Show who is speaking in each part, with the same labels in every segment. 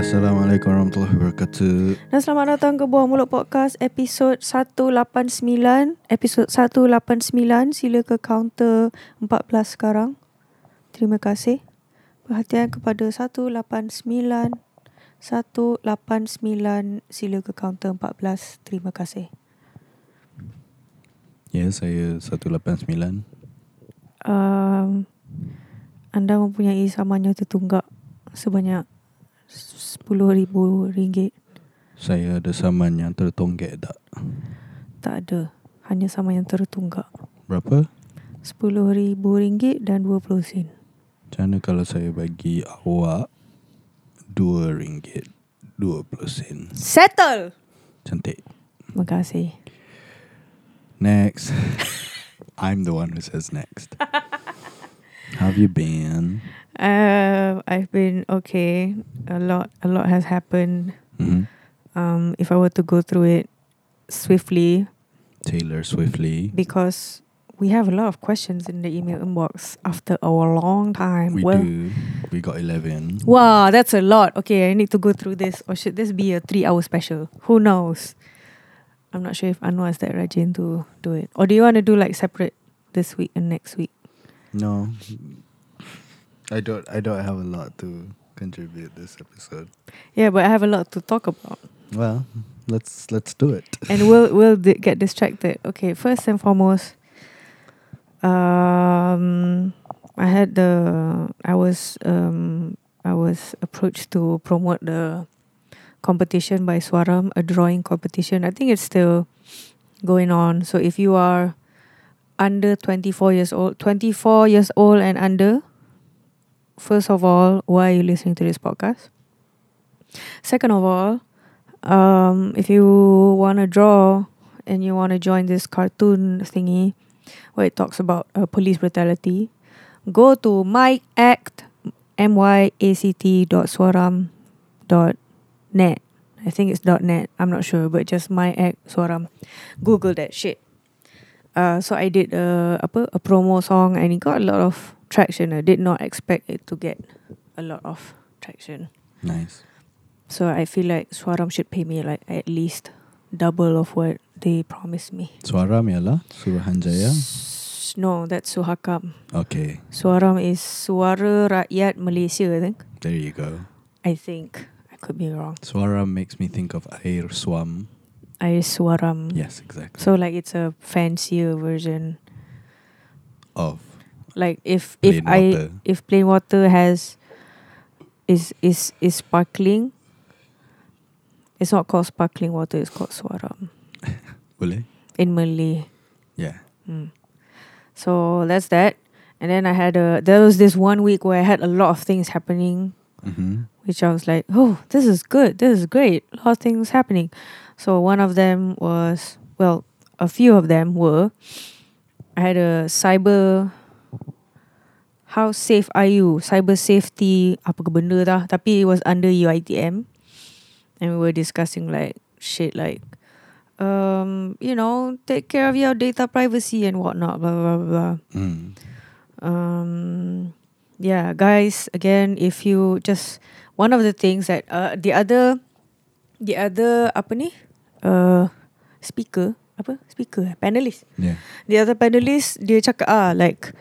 Speaker 1: Assalamualaikum warahmatullahi wabarakatuh.
Speaker 2: Dan selamat datang ke Buah Mulut Podcast episod 189. Episod 189 sila ke kaunter 14 sekarang. Terima kasih. Perhatian kepada 189. 189 sila ke kaunter 14. Terima kasih.
Speaker 1: Ya, saya 189.
Speaker 2: Um, anda mempunyai saman nyata tunggak sebanyak RM10,000.
Speaker 1: Saya ada saman yang tertonggek tak?
Speaker 2: Tak ada. Hanya saman yang tertunggak.
Speaker 1: Berapa?
Speaker 2: RM10,000 dan 20 sen.
Speaker 1: Macam mana kalau saya bagi awak RM2.20?
Speaker 2: Settle!
Speaker 1: Cantik.
Speaker 2: Terima kasih.
Speaker 1: Next. I'm the one who says next. How have you been?
Speaker 2: Um, I've been okay. A lot, a lot has happened.
Speaker 1: Mhm.
Speaker 2: Um, if I were to go through it swiftly,
Speaker 1: Taylor Swiftly.
Speaker 2: because we have a lot of questions in the email inbox after a long time.
Speaker 1: We
Speaker 2: well,
Speaker 1: do. We got 11.
Speaker 2: wow, that's a lot. Okay, I need to go through this, or should this be a three-hour special? Who knows? I'm not sure if Anwar is that rajin to do it, or do you want to do like separate this week and next week?
Speaker 1: No. I don't I don't have a lot to contribute this episode.
Speaker 2: Yeah, but I have a lot to talk about.
Speaker 1: Well, let's let's do it.
Speaker 2: and we'll we'll di- get distracted. Okay, first and foremost, um, I had the I was um I was approached to promote the competition by Swaram, a drawing competition. I think it's still going on. So if you are under twenty four years old, twenty four years old and under, first of all, why are you listening to this podcast? Second of all, um, if you want to draw and you want to join this cartoon thingy where it talks about uh, police brutality, go to my act m y a c t dot swaram dot net. I think it's dot net. I'm not sure, but just my act swaram. Google that shit. Uh, so I did a apa a promo song and it got a lot of traction. I did not expect it to get a lot of traction.
Speaker 1: Nice.
Speaker 2: So I feel like Swaram should pay me like at least double of what they promised me.
Speaker 1: Swaram ialah Suruhanjaya.
Speaker 2: S- no, that's Suhakam.
Speaker 1: Okay,
Speaker 2: Swaram is Suara Rakyat Malaysia, I think.
Speaker 1: there you go.
Speaker 2: I think. I could be wrong.
Speaker 1: Swaram makes me think of Air Swam.
Speaker 2: I Swaram.
Speaker 1: Yes, exactly.
Speaker 2: So like it's a fancier version.
Speaker 1: of
Speaker 2: Like if if
Speaker 1: Plain
Speaker 2: I
Speaker 1: water.
Speaker 2: if plain water has is is is sparkling. It's not called sparkling water, it's called Swaram
Speaker 1: boleh?
Speaker 2: in Malay.
Speaker 1: Yeah.
Speaker 2: Mm. So that's that. And then I had a there was this one week where I had a lot of things happening,
Speaker 1: Mm-hmm.
Speaker 2: which I was like, oh, this is good, this is great, a lot of things happening. So one of them was well, a few of them were. I had a cyber. How safe are you? Cyber safety apa ke benda tah? Tapi it was under UiTM, and we were discussing like shit like um, you know, take care of your data privacy and whatnot, blah blah blah. blah.
Speaker 1: Mm.
Speaker 2: Um, yeah, guys. Again, if you just one of the things that uh, the other, the other apa ni, uh, speaker apa speaker eh, panelist.
Speaker 1: Yeah.
Speaker 2: The other panelist dia cakap ah like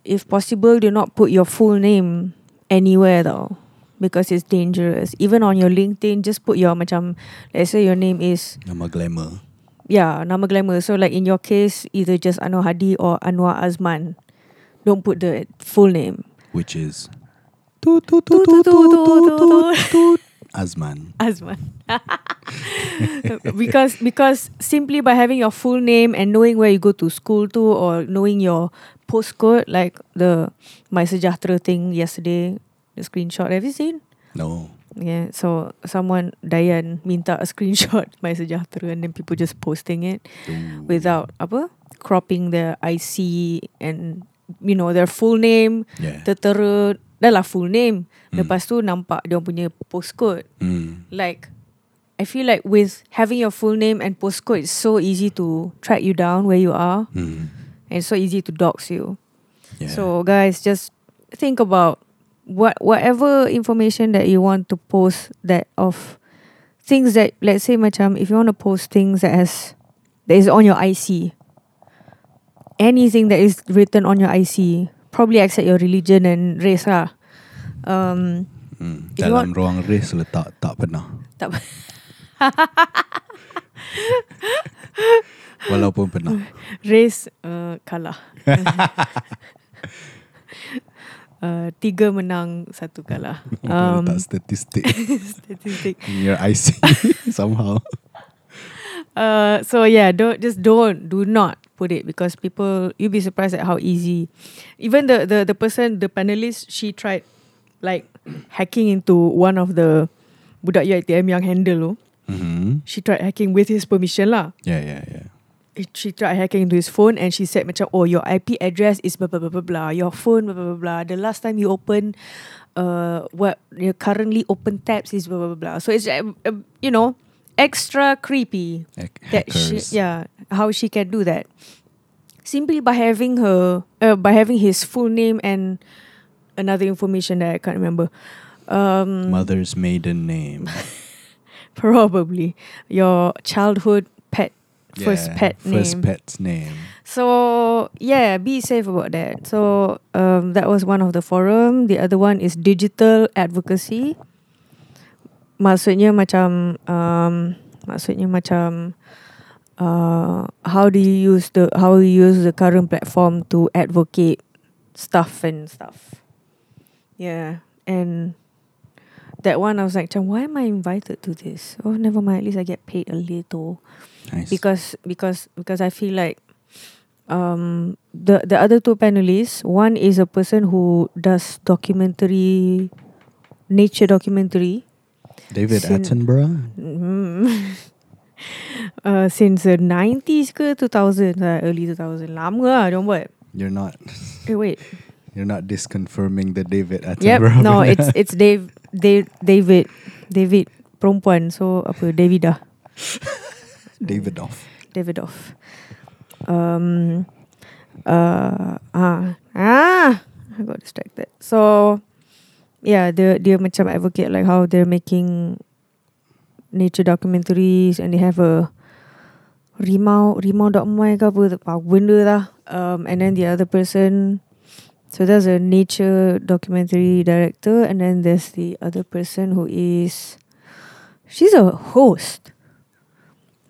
Speaker 2: if possible do not put your full name anywhere though because it's dangerous. Even on your LinkedIn, just put your macam let's say your name is
Speaker 1: Nama glamour.
Speaker 2: Yeah, nama glamour. So like in your case, either just Anwar Hadi or Anwar Azman. Don't put the full name.
Speaker 1: Which is
Speaker 2: Tu, tu, tu, tu, tu.
Speaker 1: Azman.
Speaker 2: Azman. because because simply by having your full name and knowing where you go to school to or knowing your postcode, like the My Sejahtera thing yesterday, the screenshot. Have you seen?
Speaker 1: No.
Speaker 2: Yeah, so someone Diane minta a screenshot My Sejahtera and then people just posting it.
Speaker 1: Ooh.
Speaker 2: without apa cropping their IC and you know their full name
Speaker 1: Yeah.
Speaker 2: tertera dah lah full name
Speaker 1: Mm.
Speaker 2: lepas tu nampak dia punya postcode
Speaker 1: Mm.
Speaker 2: like I feel like with having your full name and postcode it's so easy to track you down where you are
Speaker 1: Mm.
Speaker 2: and so easy to dox you
Speaker 1: Yeah.
Speaker 2: so guys just think about what whatever information that you want to post that of things that let's say macam if you want to post things that has that is on your IC anything that is written on your IC probably except your religion and race lah um
Speaker 1: Hmm.
Speaker 2: If you
Speaker 1: Dalam
Speaker 2: want-
Speaker 1: ruang race letak tak pernah.
Speaker 2: tak apa.
Speaker 1: Walaupun pernah.
Speaker 2: race uh, kalah uh, tiga menang satu kalah
Speaker 1: Um, letak statistik
Speaker 2: statistic
Speaker 1: in your IC somehow.
Speaker 2: Uh, so yeah, don't just don't do not put it because people you'll be surprised at how easy. Even the the the person the panelist she tried like hacking into one of the budak UiTM yang handle tu.
Speaker 1: Mm-hmm.
Speaker 2: She tried hacking with his permission lah.
Speaker 1: Yeah, yeah, yeah.
Speaker 2: It- eh, She tried hacking into his phone and she said macam oh your IP address is blah blah blah blah blah your phone blah blah blah blah the last time you open uh what your currently open tabs is blah blah blah blah. So it's uh, uh, you know extra creepy
Speaker 1: Hack-
Speaker 2: that she,
Speaker 1: hackers.
Speaker 2: yeah how she can do that simply by having her uh, by having his full name and another information that I can't remember um
Speaker 1: Mother's maiden name.
Speaker 2: probably your childhood pet first
Speaker 1: Yeah,
Speaker 2: pet
Speaker 1: First
Speaker 2: name
Speaker 1: pet's name.
Speaker 2: so yeah be safe about that so um that was one of the forum the other one is digital advocacy maksudnya macam um, maksudnya macam uh, how do you use the how you use the current platform to advocate stuff and stuff. Yeah, and that one I was like, "Macam, why am I invited to this? Oh, never mind. At least I get paid a little
Speaker 1: Nice.
Speaker 2: because because because I feel like um the the other two panelists one is a person who does documentary nature documentary
Speaker 1: David
Speaker 2: Sin-
Speaker 1: Attenborough.
Speaker 2: Mhm. uh, since the 90s ke 2000 uh, early 2000 lama lah diorang buat
Speaker 1: You're not.
Speaker 2: eh wait
Speaker 1: You're not disconfirming the David
Speaker 2: yep
Speaker 1: Attenborough.
Speaker 2: no it's it's Dave, Dave David David perempuan so apa Davida
Speaker 1: David off.
Speaker 2: Davidoff um uh, ah ah I got distracted so yeah dia dia macam advocate like how they're making nature documentaries and they have a rimau rimau.my ke apa tak tahu benda lah um, and then the other person so there's a nature documentary director and then there's the other person who is she's a host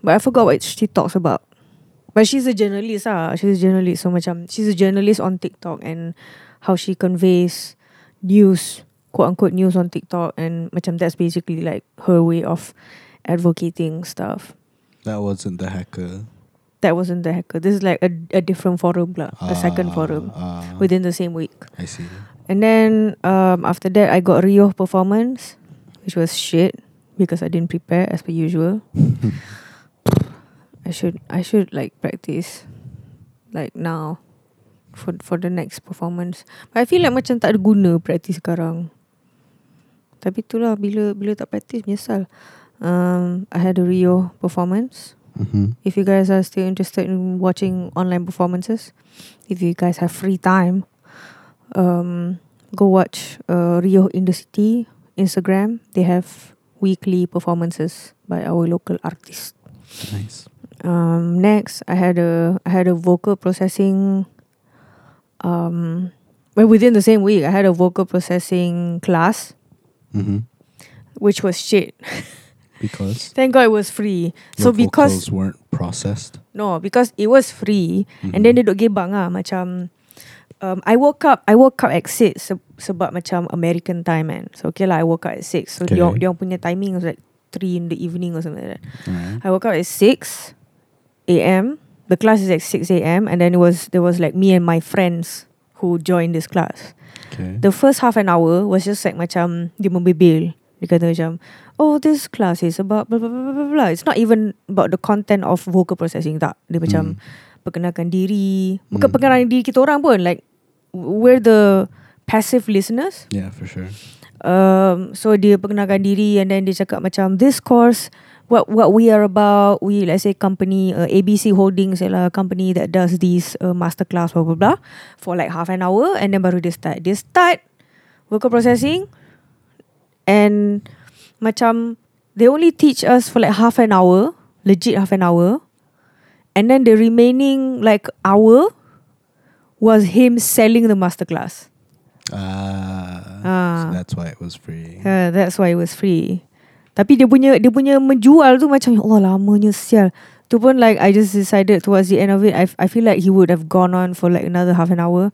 Speaker 2: but I forgot what she talks about but she's a journalist ah she's a journalist so macam she's a journalist on TikTok and how she conveys news quote unquote news on TikTok and macam that's basically like her way of advocating stuff
Speaker 1: That wasn't the hacker.
Speaker 2: that wasn't the hacker. This is like a, a different forum, lah, a second
Speaker 1: Ah,
Speaker 2: forum
Speaker 1: ah,
Speaker 2: within the same week.
Speaker 1: I see.
Speaker 2: And then um, after that, I got Rio performance, which was shit because I didn't prepare as per usual. I should I should like practice like now for for the next performance. But I feel like macam tak ada guna practice sekarang. Tapi itulah bila bila tak practice menyesal. Um, I had a Rio performance.
Speaker 1: Mm-hmm.
Speaker 2: If you guys are still interested in watching online performances, if you guys have free time, um, go watch uh, Rio in the City Instagram. They have weekly performances by our local artists.
Speaker 1: Nice.
Speaker 2: Um, next, I had a I had a vocal processing. Um, well, within the same week, I had a vocal processing class,
Speaker 1: Mm-hmm.
Speaker 2: which was shit.
Speaker 1: Because
Speaker 2: Thank God it was free.
Speaker 1: your
Speaker 2: so because
Speaker 1: vocals weren't processed. Mm-hmm.
Speaker 2: no, because it was free, And then dia duk gebang lah Macam um, I woke up I woke up at 6 se- Sebab macam American time kan So okay lah I woke up at 6 So
Speaker 1: Okay.
Speaker 2: okay. dia punya timing was like 3 in the evening or something like that
Speaker 1: Alright.
Speaker 2: I woke up at 6 AM The class is at 6 AM And then it was There was like me and my friends Who joined this class
Speaker 1: Okay.
Speaker 2: The first half an hour was just like macam dia membebel. Dia kata macam, oh this class is about blah blah blah blah blah. blah. It's not even about the content of vocal processing tak. Dia
Speaker 1: Mm-hmm.
Speaker 2: macam perkenalkan diri. Bukan
Speaker 1: Hmm.
Speaker 2: perkenalkan diri kita orang pun. Like we're the passive listeners.
Speaker 1: yeah, for sure.
Speaker 2: Um, so dia perkenalkan diri and then dia cakap macam this course what what we are about we let's say company uh, ABC Holdings ialah company that does these uh, masterclass blah blah blah for like half an hour and then baru dia start. Dia start vocal processing and macam they only teach us for like half an hour, legit half an hour. And then the remaining like hour was him selling the masterclass.
Speaker 1: Ah,
Speaker 2: Ah.
Speaker 1: so that's why it was free.
Speaker 2: Uh, that's why it was free. Tapi dia punya dia punya menjual tu macam ya Allah lamanya sial. Tu pun like I just decided towards the end of it I, I feel like he would have gone on for like another half an hour.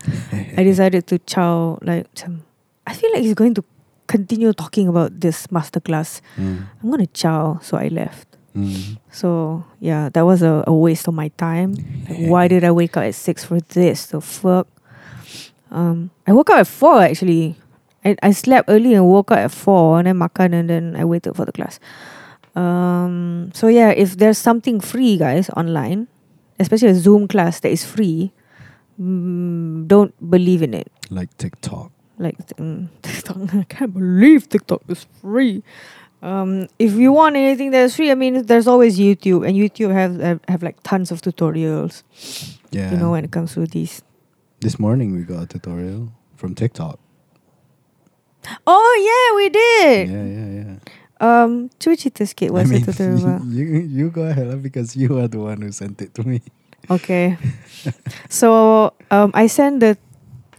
Speaker 2: I decided to chow like macam I feel like he's going to continue talking about this masterclass.
Speaker 1: Mm,
Speaker 2: I'm gonna chow so I left.
Speaker 1: mm.
Speaker 2: So yeah, that was a, a waste of my time. Like, why did I wake up at six for this? The fuck. Um, I woke up at four actually. I, I slept early and woke up at four and then makan and then I waited for the class. Um, so yeah, if there's something free, guys, online, especially a Zoom class that is free, mm, don't believe in it.
Speaker 1: Like TikTok.
Speaker 2: Like mm, TikTok, I can't believe TikTok is free. Um, if you want anything that's free, I mean, there's always YouTube, and YouTube have have, have like tons of tutorials.
Speaker 1: Yeah.
Speaker 2: You know, when it comes to these.
Speaker 1: this morning we got a tutorial from TikTok.
Speaker 2: Oh yeah, we
Speaker 1: Yeah,
Speaker 2: did.
Speaker 1: yeah, yeah.
Speaker 2: Um, cuba cerita sikit
Speaker 1: I
Speaker 2: what's
Speaker 1: mean,
Speaker 2: the tutorial about.
Speaker 1: you you go ahead lah, because you are the one who sent it to me.
Speaker 2: Okay. so um, I sent the,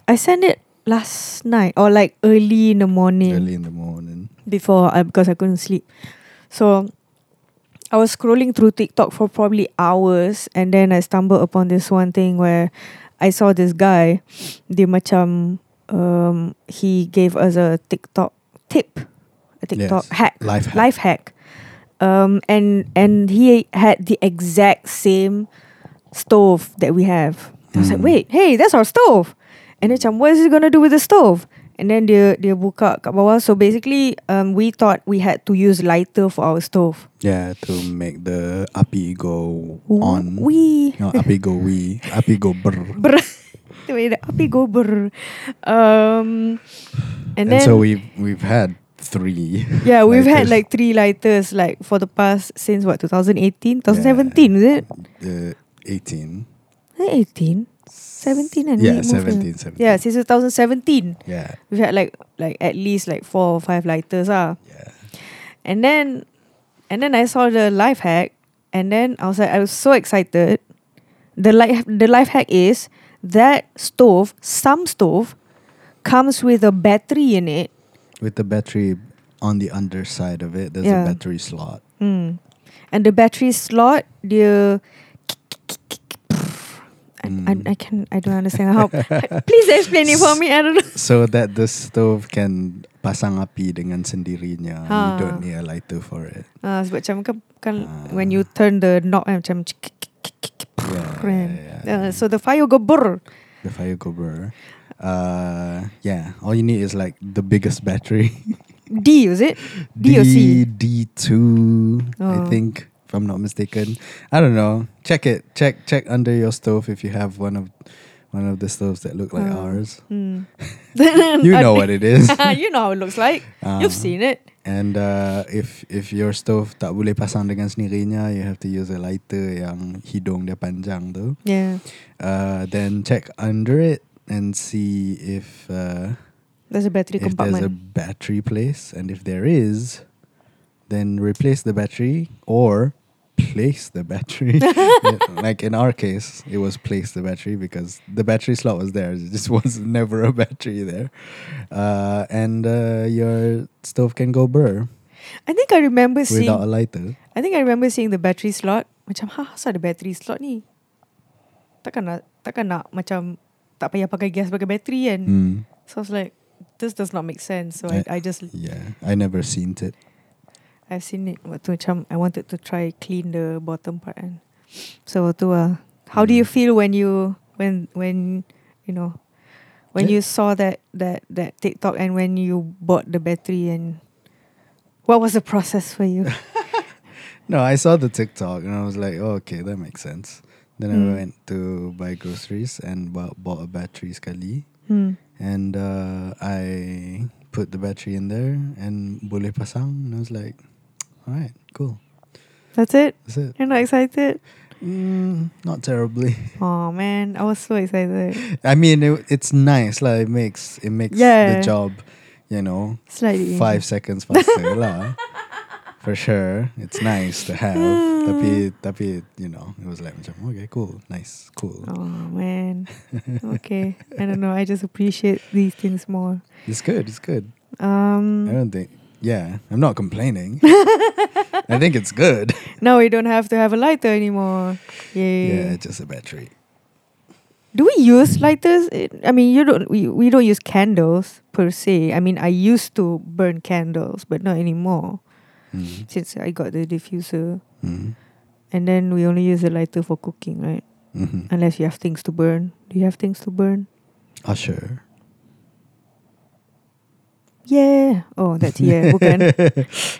Speaker 2: I sent it last night or like early in the morning.
Speaker 1: Early in the morning.
Speaker 2: before I, because I couldn't sleep. So I was scrolling through TikTok for probably hours and then I stumbled upon this one thing where I saw this guy dia macam um he gave us a TikTok tip, a TikTok
Speaker 1: Yes.
Speaker 2: hack,
Speaker 1: Life hack.
Speaker 2: life hack. Um and and he had the exact same stove that we have. I was like,
Speaker 1: Mm.
Speaker 2: wait, hey, that's our stove. And then macam, what is he gonna do with the stove? And then dia dia buka kat bawah. So basically, um, we thought we had to use lighter for our stove.
Speaker 1: Yeah, to make the api go on.
Speaker 2: We
Speaker 1: No, api go we. Api go brr.
Speaker 2: ber, tu dia, api go ber. Um, and,
Speaker 1: And,
Speaker 2: then
Speaker 1: so we've we've had three.
Speaker 2: yeah, we've had
Speaker 1: lighters.
Speaker 2: like three lighters like for the past since what 2018, 2017 is it?
Speaker 1: Uh, 18.
Speaker 2: Is it 18, 17 and
Speaker 1: Yeah,
Speaker 2: we moved
Speaker 1: 17, 17.
Speaker 2: on. Yeah, since 2017,
Speaker 1: Yeah,
Speaker 2: we've had like like at least like four or five lighters ah.
Speaker 1: yeah.
Speaker 2: And then and then I saw the life hack and then I was like I was so excited. The life the life hack is that stove, some stove comes with a battery in it.
Speaker 1: With the battery on the underside of it, there's
Speaker 2: Yeah.
Speaker 1: a battery slot.
Speaker 2: Hmm. And the battery slot dia I, I,
Speaker 1: Mm.
Speaker 2: I can I don't understand how please explain it for me I don't know
Speaker 1: So that the stove can pasang api dengan sendirinya. You
Speaker 2: Ah.
Speaker 1: don't need a lighter for it.
Speaker 2: uh, sebab macam kan, kan
Speaker 1: Ah.
Speaker 2: when you turn the knob kan, macam
Speaker 1: Yeah,
Speaker 2: Keren.
Speaker 1: yeah, yeah.
Speaker 2: uh, so the fire go brr
Speaker 1: the fire go brr. Uh, yeah, all you need is like the biggest battery.
Speaker 2: D is it D or C?
Speaker 1: D two, I
Speaker 2: Oh.
Speaker 1: think, if I'm not mistaken. I don't know. Check it. Check check under your stove if you have one of one of the stoves that look like
Speaker 2: Oh.
Speaker 1: ours.
Speaker 2: Mm.
Speaker 1: You know what it is.
Speaker 2: you know how it looks like.
Speaker 1: Uh,
Speaker 2: You've seen it.
Speaker 1: And uh, if if your stove tak boleh pasang dengan sendirinya, you have to use a lighter yang hidung dia panjang tu.
Speaker 2: Yeah,
Speaker 1: Uh, then check under it and see if uh,
Speaker 2: there's a battery
Speaker 1: if there's a
Speaker 2: compartment.
Speaker 1: battery place, and if there is, then replace the battery or place the battery. Yeah, like in our case, it was place the battery because the battery slot was there. It just was never a battery there, uh, and uh, your stove can go burr
Speaker 2: I think I remember seeing.
Speaker 1: without a lighter.
Speaker 2: I think I remember seeing the battery slot. Macam ha, asal ada battery slot ni? Takkan nak, takkan nak macam tak payah pakai gas pakai bateri kan?
Speaker 1: Mm.
Speaker 2: So I was like, this does not make sense. So
Speaker 1: Eh.
Speaker 2: I, I just
Speaker 1: Yeah, I never seen it.
Speaker 2: I've seen it. Waktu macam I wanted to try clean the bottom part and so tu ah. How do you
Speaker 1: Hmm.
Speaker 2: feel when you when when you know when you saw that that that TikTok and when you bought the battery and what was the process for you?
Speaker 1: No, I saw the TikTok and I was like, oh, okay, that makes sense. Then
Speaker 2: Mm.
Speaker 1: I went to buy groceries and bought, bought a battery sekali.
Speaker 2: hmm.
Speaker 1: And uh, I put the battery in there and boleh pasang. And I was like, all right, cool.
Speaker 2: That's it.
Speaker 1: That's it.
Speaker 2: You're not excited?
Speaker 1: Mm, not terribly.
Speaker 2: Oh man, I was so excited.
Speaker 1: I mean, it, it's nice. Like, it makes, it makes
Speaker 2: Yeah.
Speaker 1: the job you know,
Speaker 2: Slightly.
Speaker 1: five seconds faster lah. For sure, it's nice to have. tapi, tapi, you know, it was like macam, okay, cool, nice, cool.
Speaker 2: Oh man. okay. I don't know. I just appreciate these things more.
Speaker 1: It's good. It's good. I
Speaker 2: Um
Speaker 1: don't think. Yeah, I'm not complaining. I think it's good.
Speaker 2: now we don't have to have a lighter anymore. Yay.
Speaker 1: Yeah, just a battery.
Speaker 2: Do we use lighters? Eh, I mean, you don't. We, we don't use candles per se. I mean, I used to burn candles, but not anymore
Speaker 1: Mm.
Speaker 2: since I got the diffuser.
Speaker 1: Mm.
Speaker 2: And then we only use a lighter for cooking, right?
Speaker 1: hmm
Speaker 2: Unless you have things to burn. Do you have things to burn? Mm-hmm.
Speaker 1: Usher.
Speaker 2: Yeah. Oh, that's yeah. Bukan.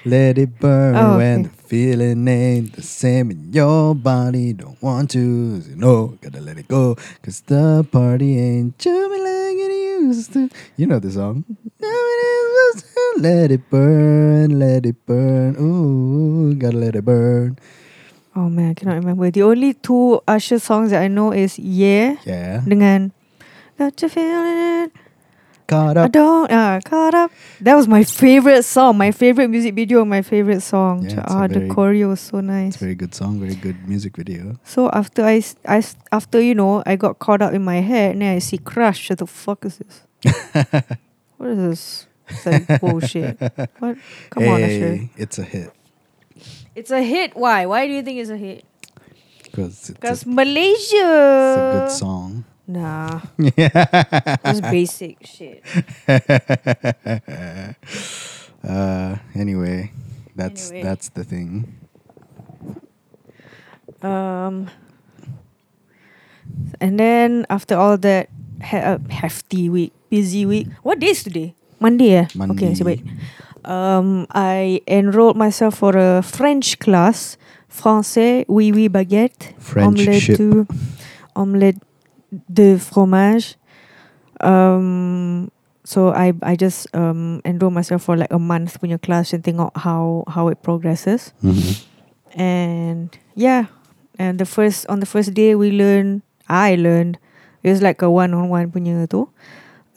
Speaker 1: Let it burn
Speaker 2: Oh,
Speaker 1: when
Speaker 2: okay.
Speaker 1: the feeling ain't the same in your body. Don't want to, you know, gotta let it go. Cause the party ain't jumping like it used to. You know the song. Let it burn, let it burn. Ooh, gotta let it burn.
Speaker 2: Oh man, I cannot remember. The only two Usher songs that I know is Yeah
Speaker 1: Yeah.
Speaker 2: dengan Got you feeling it.
Speaker 1: Caught
Speaker 2: I
Speaker 1: up.
Speaker 2: don't uh, caught up. That was my favorite song, my favorite music video, my favorite song.
Speaker 1: Yeah, it's a
Speaker 2: ah, the
Speaker 1: very-
Speaker 2: choreo was so
Speaker 1: It's
Speaker 2: nice.
Speaker 1: a very good song, very good music video.
Speaker 2: So after I, s- I s- after you know, I got caught up in my head, and then I see Crush. What the fuck is this? what is this? It's like bullshit. What? Come on, Usher.
Speaker 1: Hey, it's a hit.
Speaker 2: It's a hit. Why? Why do you think it's a hit?
Speaker 1: Because it's, a-
Speaker 2: Because
Speaker 1: it's
Speaker 2: Malaysia.
Speaker 1: a good song.
Speaker 2: Nah,
Speaker 1: Yeah.
Speaker 2: it's basic shit.
Speaker 1: uh, anyway, that's
Speaker 2: Anyway.
Speaker 1: that's the thing.
Speaker 2: Um, and then after all that he- uh, hefty week, busy week. What day is today? Monday. Eh? Okay,
Speaker 1: Monday.
Speaker 2: so wait. Um, I enrolled myself for a French class. Français, oui oui baguette,
Speaker 1: French
Speaker 2: omelette
Speaker 1: ship.
Speaker 2: de omelette de fromage. Um, so I I just um enrolled myself for like a month punya class and tengok how how it progresses.
Speaker 1: Mm-hmm.
Speaker 2: and yeah and the first on the first day we learned I learned it was like a one on one punya tu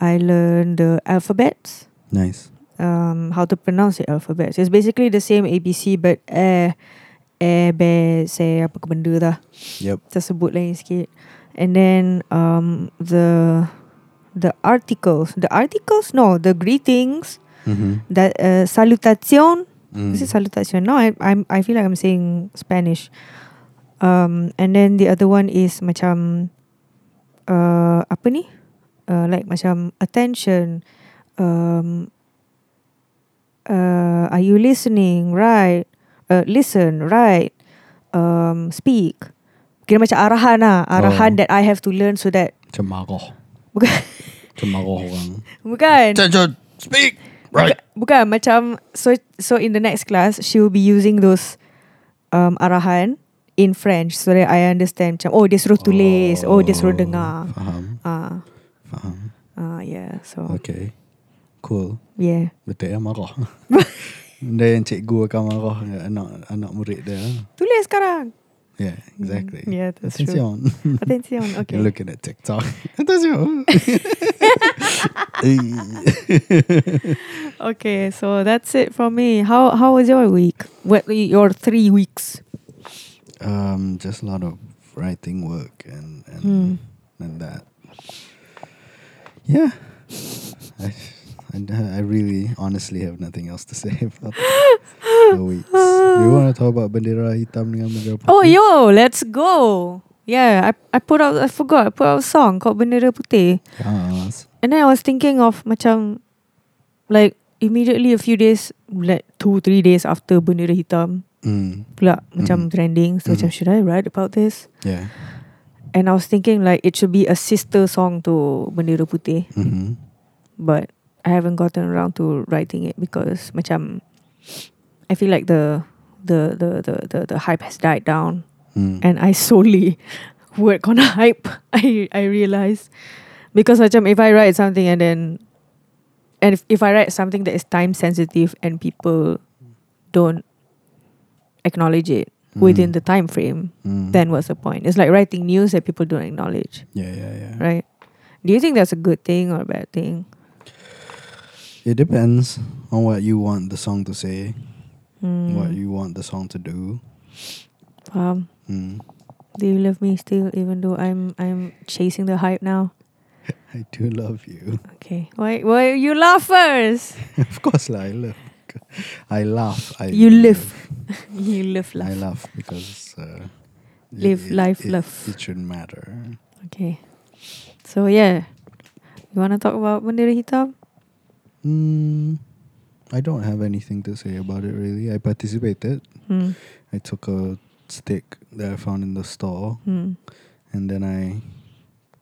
Speaker 2: I learned the alphabets
Speaker 1: Nice.
Speaker 2: um how to pronounce the alphabets it's basically the same ABC but eh eh be say apa ke benda dah
Speaker 1: Yep.
Speaker 2: tersebut lain sikit and then um the the articles the articles no the greetings
Speaker 1: Mm-hmm.
Speaker 2: that uh, salutation
Speaker 1: Mm.
Speaker 2: Is it salutation? No, I I'm, I feel like I'm saying Spanish. Um, and then the other one is macam uh, apa ni? Uh, like macam attention. Um, uh, are you listening? Right. Uh, listen. Right. Um, speak. Kira macam arahan lah.
Speaker 1: Oh.
Speaker 2: Arahan that I have to learn so that
Speaker 1: Cemagoh.
Speaker 2: bukan
Speaker 1: Cemagoh orang.
Speaker 2: bukan.
Speaker 1: Attention. Speak. Right.
Speaker 2: Bukan macam so so in the next class she will be using those um arahan in French so that I understand macam oh dia suruh tulis, oh, dia suruh dengar.
Speaker 1: Faham.
Speaker 2: Ah
Speaker 1: Faham.
Speaker 2: ah yeah. So
Speaker 1: Okay. Cool.
Speaker 2: yeah.
Speaker 1: Betul ya marah. Dia yang cikgu akan marah dengan anak anak murid dia.
Speaker 2: Tulis sekarang. Mm,
Speaker 1: Yeah, exactly.
Speaker 2: yeah, that's true.
Speaker 1: Attention.
Speaker 2: Attention. Okay.
Speaker 1: You're looking at TikTok. Attention.
Speaker 2: Okay, so that's it from me. How how was your week? What your 3 weeks?
Speaker 1: Um, just a lot of writing work and and,
Speaker 2: Hmm.
Speaker 1: and that. Yeah, I, I I really honestly have nothing else to say about the weeks. you want to talk about bendera hitam dengan bendera putih?
Speaker 2: Oh yo, let's go. Yeah, I I put out I forgot. I put out a song called Bendera Putih.
Speaker 1: Yes.
Speaker 2: And then I was thinking of macam like immediately a few days like two three days after bendera hitam
Speaker 1: Mm.
Speaker 2: pula macam
Speaker 1: Mhm.
Speaker 2: trending so macam
Speaker 1: Mhm.
Speaker 2: should I write about this?
Speaker 1: Yeah.
Speaker 2: And I was thinking like it should be a sister song to bendera putih
Speaker 1: Mm-hmm.
Speaker 2: but I haven't gotten around to writing it because macam I feel like the the the the the, the hype has died down
Speaker 1: Mm.
Speaker 2: and I solely work on hype. I I realize because macam if I write something and then and if, if I write something that is time sensitive and people don't acknowledge it within the time frame,
Speaker 1: Mm.
Speaker 2: then what's the point? It's like writing news that people don't acknowledge,
Speaker 1: yeah, yeah, yeah.
Speaker 2: right? Do you think that's a good thing or a bad thing?
Speaker 1: It depends on what you want the song to say,
Speaker 2: Hmm.
Speaker 1: what you want the song to do.
Speaker 2: Faham.
Speaker 1: Mm.
Speaker 2: Do you love me still, even though I'm I'm chasing the hype now?
Speaker 1: I do love you.
Speaker 2: Okay. Why? Why you laugh first?
Speaker 1: of course, lah, I love. I laugh. I
Speaker 2: You live. you love
Speaker 1: I laugh
Speaker 2: laugh.
Speaker 1: because uh,
Speaker 2: Live life,
Speaker 1: it,
Speaker 2: love.
Speaker 1: It shouldn't matter.
Speaker 2: Okay. So yeah, you wanna talk about bendera hitam?
Speaker 1: Mm, I don't have anything to say about it really. I participated.
Speaker 2: Hmm.
Speaker 1: I took a stick that I found in the store,
Speaker 2: Hmm.
Speaker 1: and then I.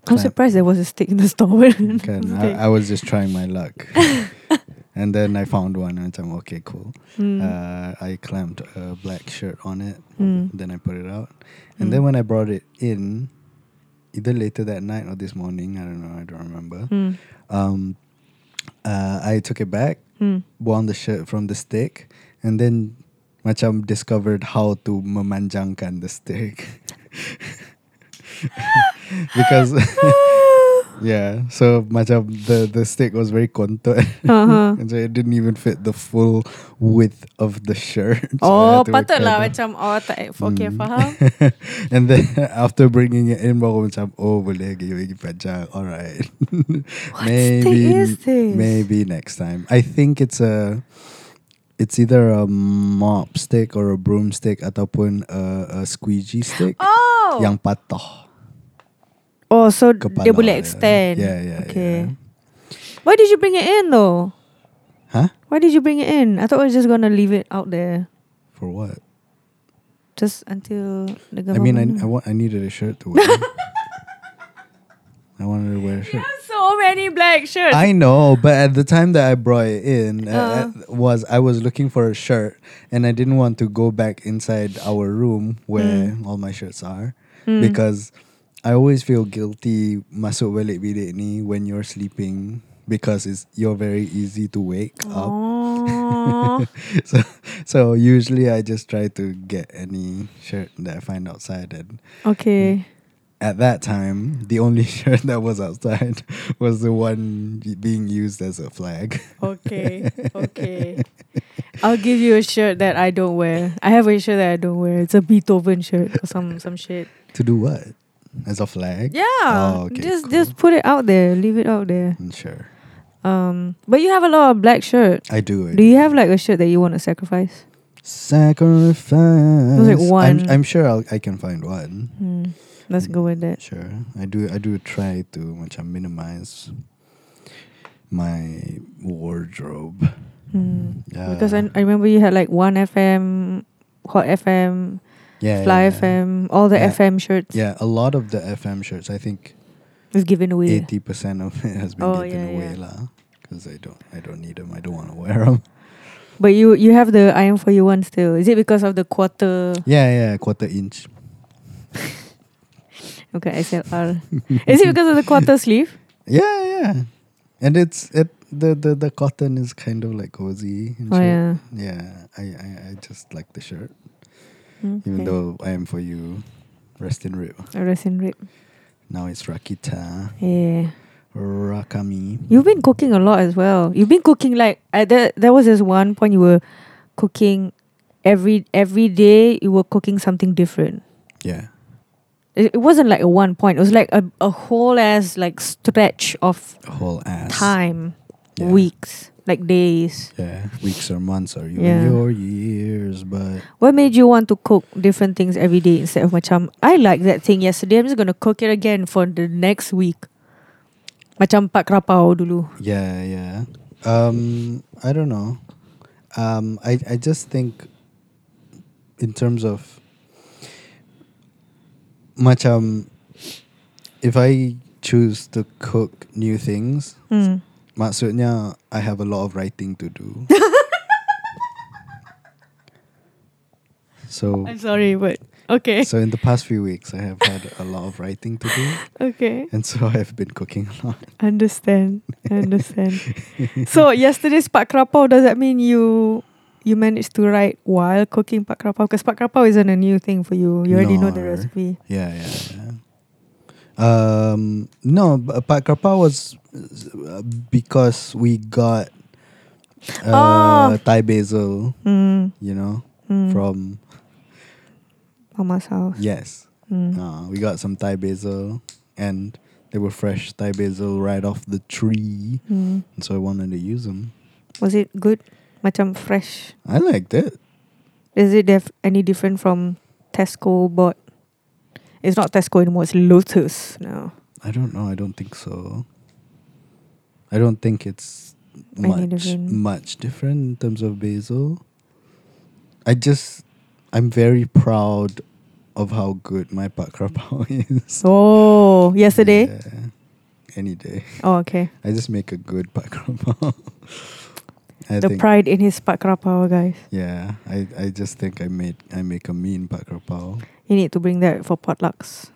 Speaker 2: I'm
Speaker 1: clam-
Speaker 2: surprised there was a stick in the store.
Speaker 1: Can, Uh, I, I was just trying my luck, and then I found one, and I'm okay, cool.
Speaker 2: Hmm.
Speaker 1: Uh, I clamped a black shirt on it.
Speaker 2: Hmm.
Speaker 1: Then I put it out. And
Speaker 2: Mm.
Speaker 1: then when I brought it in, either later that night or this morning, I don't know, I don't remember.
Speaker 2: Hmm.
Speaker 1: Um, uh, I took it back,
Speaker 2: Hmm.
Speaker 1: worn the shirt from the stick, and then macam discovered how to memanjangkan the stick. because yeah, so macam the the stick was very contour,
Speaker 2: Uh-huh.
Speaker 1: and so it didn't even fit the full width of the shirt. So I
Speaker 2: oh,
Speaker 1: had to work
Speaker 2: patut lah
Speaker 1: kinda-
Speaker 2: macam oh tak okay
Speaker 1: Mm.
Speaker 2: faham.
Speaker 1: and then after bringing it in, baru macam oh boleh gigi gigi panjang. All right.
Speaker 2: What stick is this?
Speaker 1: Maybe next time. I think it's a it's either a mop stick or a broomstick ataupun a, a squeegee stick
Speaker 2: Oh.
Speaker 1: yang patah.
Speaker 2: oh, so
Speaker 1: kepala
Speaker 2: dia boleh
Speaker 1: dia.
Speaker 2: extend.
Speaker 1: Yeah, yeah,
Speaker 2: Okay.
Speaker 1: yeah.
Speaker 2: Why did you bring it in though?
Speaker 1: Huh?
Speaker 2: Why did you bring it in? I thought I was just gonna leave it out there
Speaker 1: For what?
Speaker 2: just until the
Speaker 1: I mean,
Speaker 2: government.
Speaker 1: I I, want, I needed a shirt to wear. I wanted to wear a
Speaker 2: You
Speaker 1: shirt.
Speaker 2: have so many black shirts.
Speaker 1: I know, but at the time that I brought it in, uh,
Speaker 2: Uh.
Speaker 1: was I was looking for a shirt, and I didn't want to go back inside our room where all my shirts are, because I always feel guilty masuk balik bilik ni when you're sleeping because it's you're very easy to wake up.
Speaker 2: Oh.
Speaker 1: so, so usually I just try to get any shirt that I find outside and
Speaker 2: okay.
Speaker 1: at that time, the only shirt that was outside was the one being used as a flag.
Speaker 2: Okay. Okay. I'll give you a shirt that I don't wear. I have a shirt that I don't wear. It's a Beethoven shirt or some some shit.
Speaker 1: to do what? As a flag?
Speaker 2: Yeah.
Speaker 1: Oh, okay,
Speaker 2: just
Speaker 1: cool.
Speaker 2: just put it out there. Leave it out there.
Speaker 1: Mm, Sure.
Speaker 2: Um but you have a lot of black shirt.
Speaker 1: I do it.
Speaker 2: Do you have like a shirt that you want to sacrifice?
Speaker 1: Sacrifice.
Speaker 2: There's like one.
Speaker 1: I'm, I'm sure I'll, I can find one.
Speaker 2: Hmm. Let's go with that.
Speaker 1: Sure. I do I do try to macam minimize my wardrobe.
Speaker 2: Hmm.
Speaker 1: Yeah.
Speaker 2: Because I, I remember you had like one FM, Hot FM,
Speaker 1: yeah, yeah,
Speaker 2: Fly
Speaker 1: yeah.
Speaker 2: FM, all the
Speaker 1: Yeah.
Speaker 2: FM shirts
Speaker 1: Yeah, a lot of the FM shirts. I think
Speaker 2: is given away.
Speaker 1: eighty percent of it has been
Speaker 2: Oh,
Speaker 1: given
Speaker 2: yeah,
Speaker 1: away
Speaker 2: yeah.
Speaker 1: lah. Because I don't, I don't need them. I don't want to wear them.
Speaker 2: But you you have the iron for you one still. Is it because of the quarter
Speaker 1: Yeah, yeah, quarter inch.
Speaker 2: okay SLR? is it because of the quarter sleeve?
Speaker 1: Yeah, yeah, and it's it the the, the cotton is kind of like cozy. And
Speaker 2: Oh
Speaker 1: shit.
Speaker 2: yeah.
Speaker 1: yeah. I, I I just like the shirt, even
Speaker 2: Okay.
Speaker 1: though I am for you. Rest in rip.
Speaker 2: A Rest in rip.
Speaker 1: Now it's Rakita,
Speaker 2: Yeah.
Speaker 1: Rakami.
Speaker 2: You've been cooking a lot as well. You've been cooking like at there there was this one point you were cooking every every day you were cooking something different.
Speaker 1: Yeah,
Speaker 2: It, it wasn't like a one point. It was like a, a whole ass like stretch of
Speaker 1: a whole ass.
Speaker 2: time,
Speaker 1: Yeah.
Speaker 2: weeks, like days.
Speaker 1: Yeah, weeks or months or even
Speaker 2: Yeah.
Speaker 1: your years, but
Speaker 2: What made you want to cook different things every day instead of macam I like that thing yesterday. I'm just gonna cook it again for the next week. Macam pak rapau dulu.
Speaker 1: Yeah, yeah. Um, I don't know. Um, I I just think in terms of macam um, if I choose to cook new things,
Speaker 2: Hmm.
Speaker 1: maksudnya I have a lot of writing to do. so
Speaker 2: I'm sorry, but okay,
Speaker 1: so in the past few weeks, I have had a lot of writing to do,
Speaker 2: okay,
Speaker 1: and so I have been cooking a lot.
Speaker 2: understand, understand. so yesterday's pak rapau does that mean you you managed to write while cooking pak rapau? Because pak rapau isn't a new thing for you. You already know the
Speaker 1: No.
Speaker 2: recipe.
Speaker 1: Yeah, yeah, yeah. Um, no, but Pak Krapa was uh, because we got uh, Thai basil,
Speaker 2: Mm,
Speaker 1: you know,
Speaker 2: mm.
Speaker 1: from
Speaker 2: Mama's house.
Speaker 1: yes,
Speaker 2: Mm.
Speaker 1: uh, we got some Thai basil, and they were fresh Thai basil right off the tree,
Speaker 2: Mm.
Speaker 1: and so I wanted to use them.
Speaker 2: Was it good? Macam fresh.
Speaker 1: I liked it.
Speaker 2: Is it def- any different from Tesco bought? It's not Tesco anymore. It's Lotus now.
Speaker 1: I don't know. I don't think so. I don't think it's
Speaker 2: Any
Speaker 1: much
Speaker 2: different?
Speaker 1: much different in terms of basil. I just I'm very proud of how good my pak krapao is.
Speaker 2: Oh, yesterday.
Speaker 1: Yeah. Any day.
Speaker 2: Oh, okay.
Speaker 1: I just make a good pak krapao. I
Speaker 2: the
Speaker 1: think
Speaker 2: pride in his pak krapao, guys.
Speaker 1: yeah, I, I just think I made I make a mean pak krapao.
Speaker 2: You need to bring that for potlucks.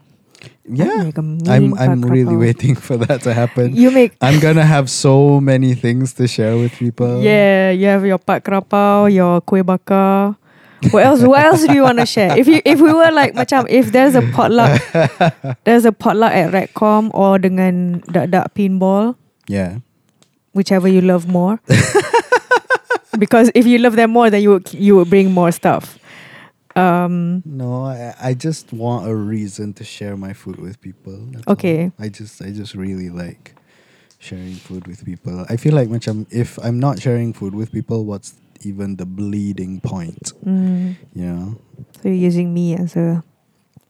Speaker 2: I
Speaker 1: Yeah.
Speaker 2: make a mean
Speaker 1: I'm
Speaker 2: pak
Speaker 1: I'm really
Speaker 2: krapao.
Speaker 1: waiting for that to happen.
Speaker 2: You make
Speaker 1: I'm gonna have so many things to share with people.
Speaker 2: Yeah, you have your pak krapao, your kueh bakar. What else? What else do you want to share? If you if we were like macam if there's a potluck, there's a potluck at Redcom or dengan dak dak pinball,
Speaker 1: Yeah.
Speaker 2: whichever you love more. because if you love them more, then you would, you would bring more stuff. Um,
Speaker 1: No, I, I just want a reason to share my food with people. that's all.
Speaker 2: Okay.
Speaker 1: I just I just really like sharing food with people. I feel like macam if I'm not sharing food with people, what's even the bleeding point?
Speaker 2: mm,
Speaker 1: You know?
Speaker 2: so you're using me as a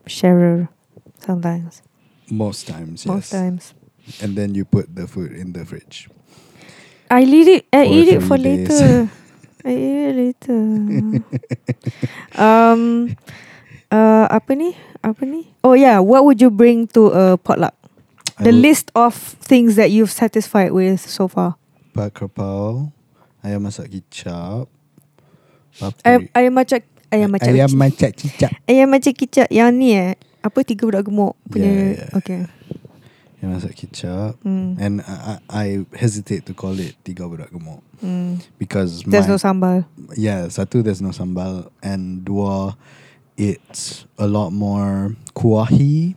Speaker 2: sharer sometimes,
Speaker 1: Most times,
Speaker 2: most
Speaker 1: yes.
Speaker 2: times.
Speaker 1: And then you put the food in the fridge.
Speaker 2: I leave it. I
Speaker 1: For
Speaker 2: eat it
Speaker 1: three
Speaker 2: for
Speaker 1: days.
Speaker 2: later. I eat it later. um, uh, apa ni? Apa ni? Oh yeah, what would you bring to a potluck?
Speaker 1: I
Speaker 2: the
Speaker 1: will-
Speaker 2: list of things that you've satisfied with so far.
Speaker 1: Pak krapao, ayam masak kicap,
Speaker 2: Ayam,
Speaker 1: papri-
Speaker 2: ayam macam ayam macam
Speaker 1: ayam masak kicap,
Speaker 2: ayam macam kicap Eh, yang ni eh. Apa tiga budak gemuk punya?
Speaker 1: Yeah, yeah.
Speaker 2: Okay.
Speaker 1: ayam masak kicap,
Speaker 2: Mm.
Speaker 1: and I, I, I hesitate to call it tiga budak gemuk
Speaker 2: Mm.
Speaker 1: because
Speaker 2: There's
Speaker 1: my,
Speaker 2: no sambal.
Speaker 1: yeah satu there's no sambal and dua it's a lot more kuahi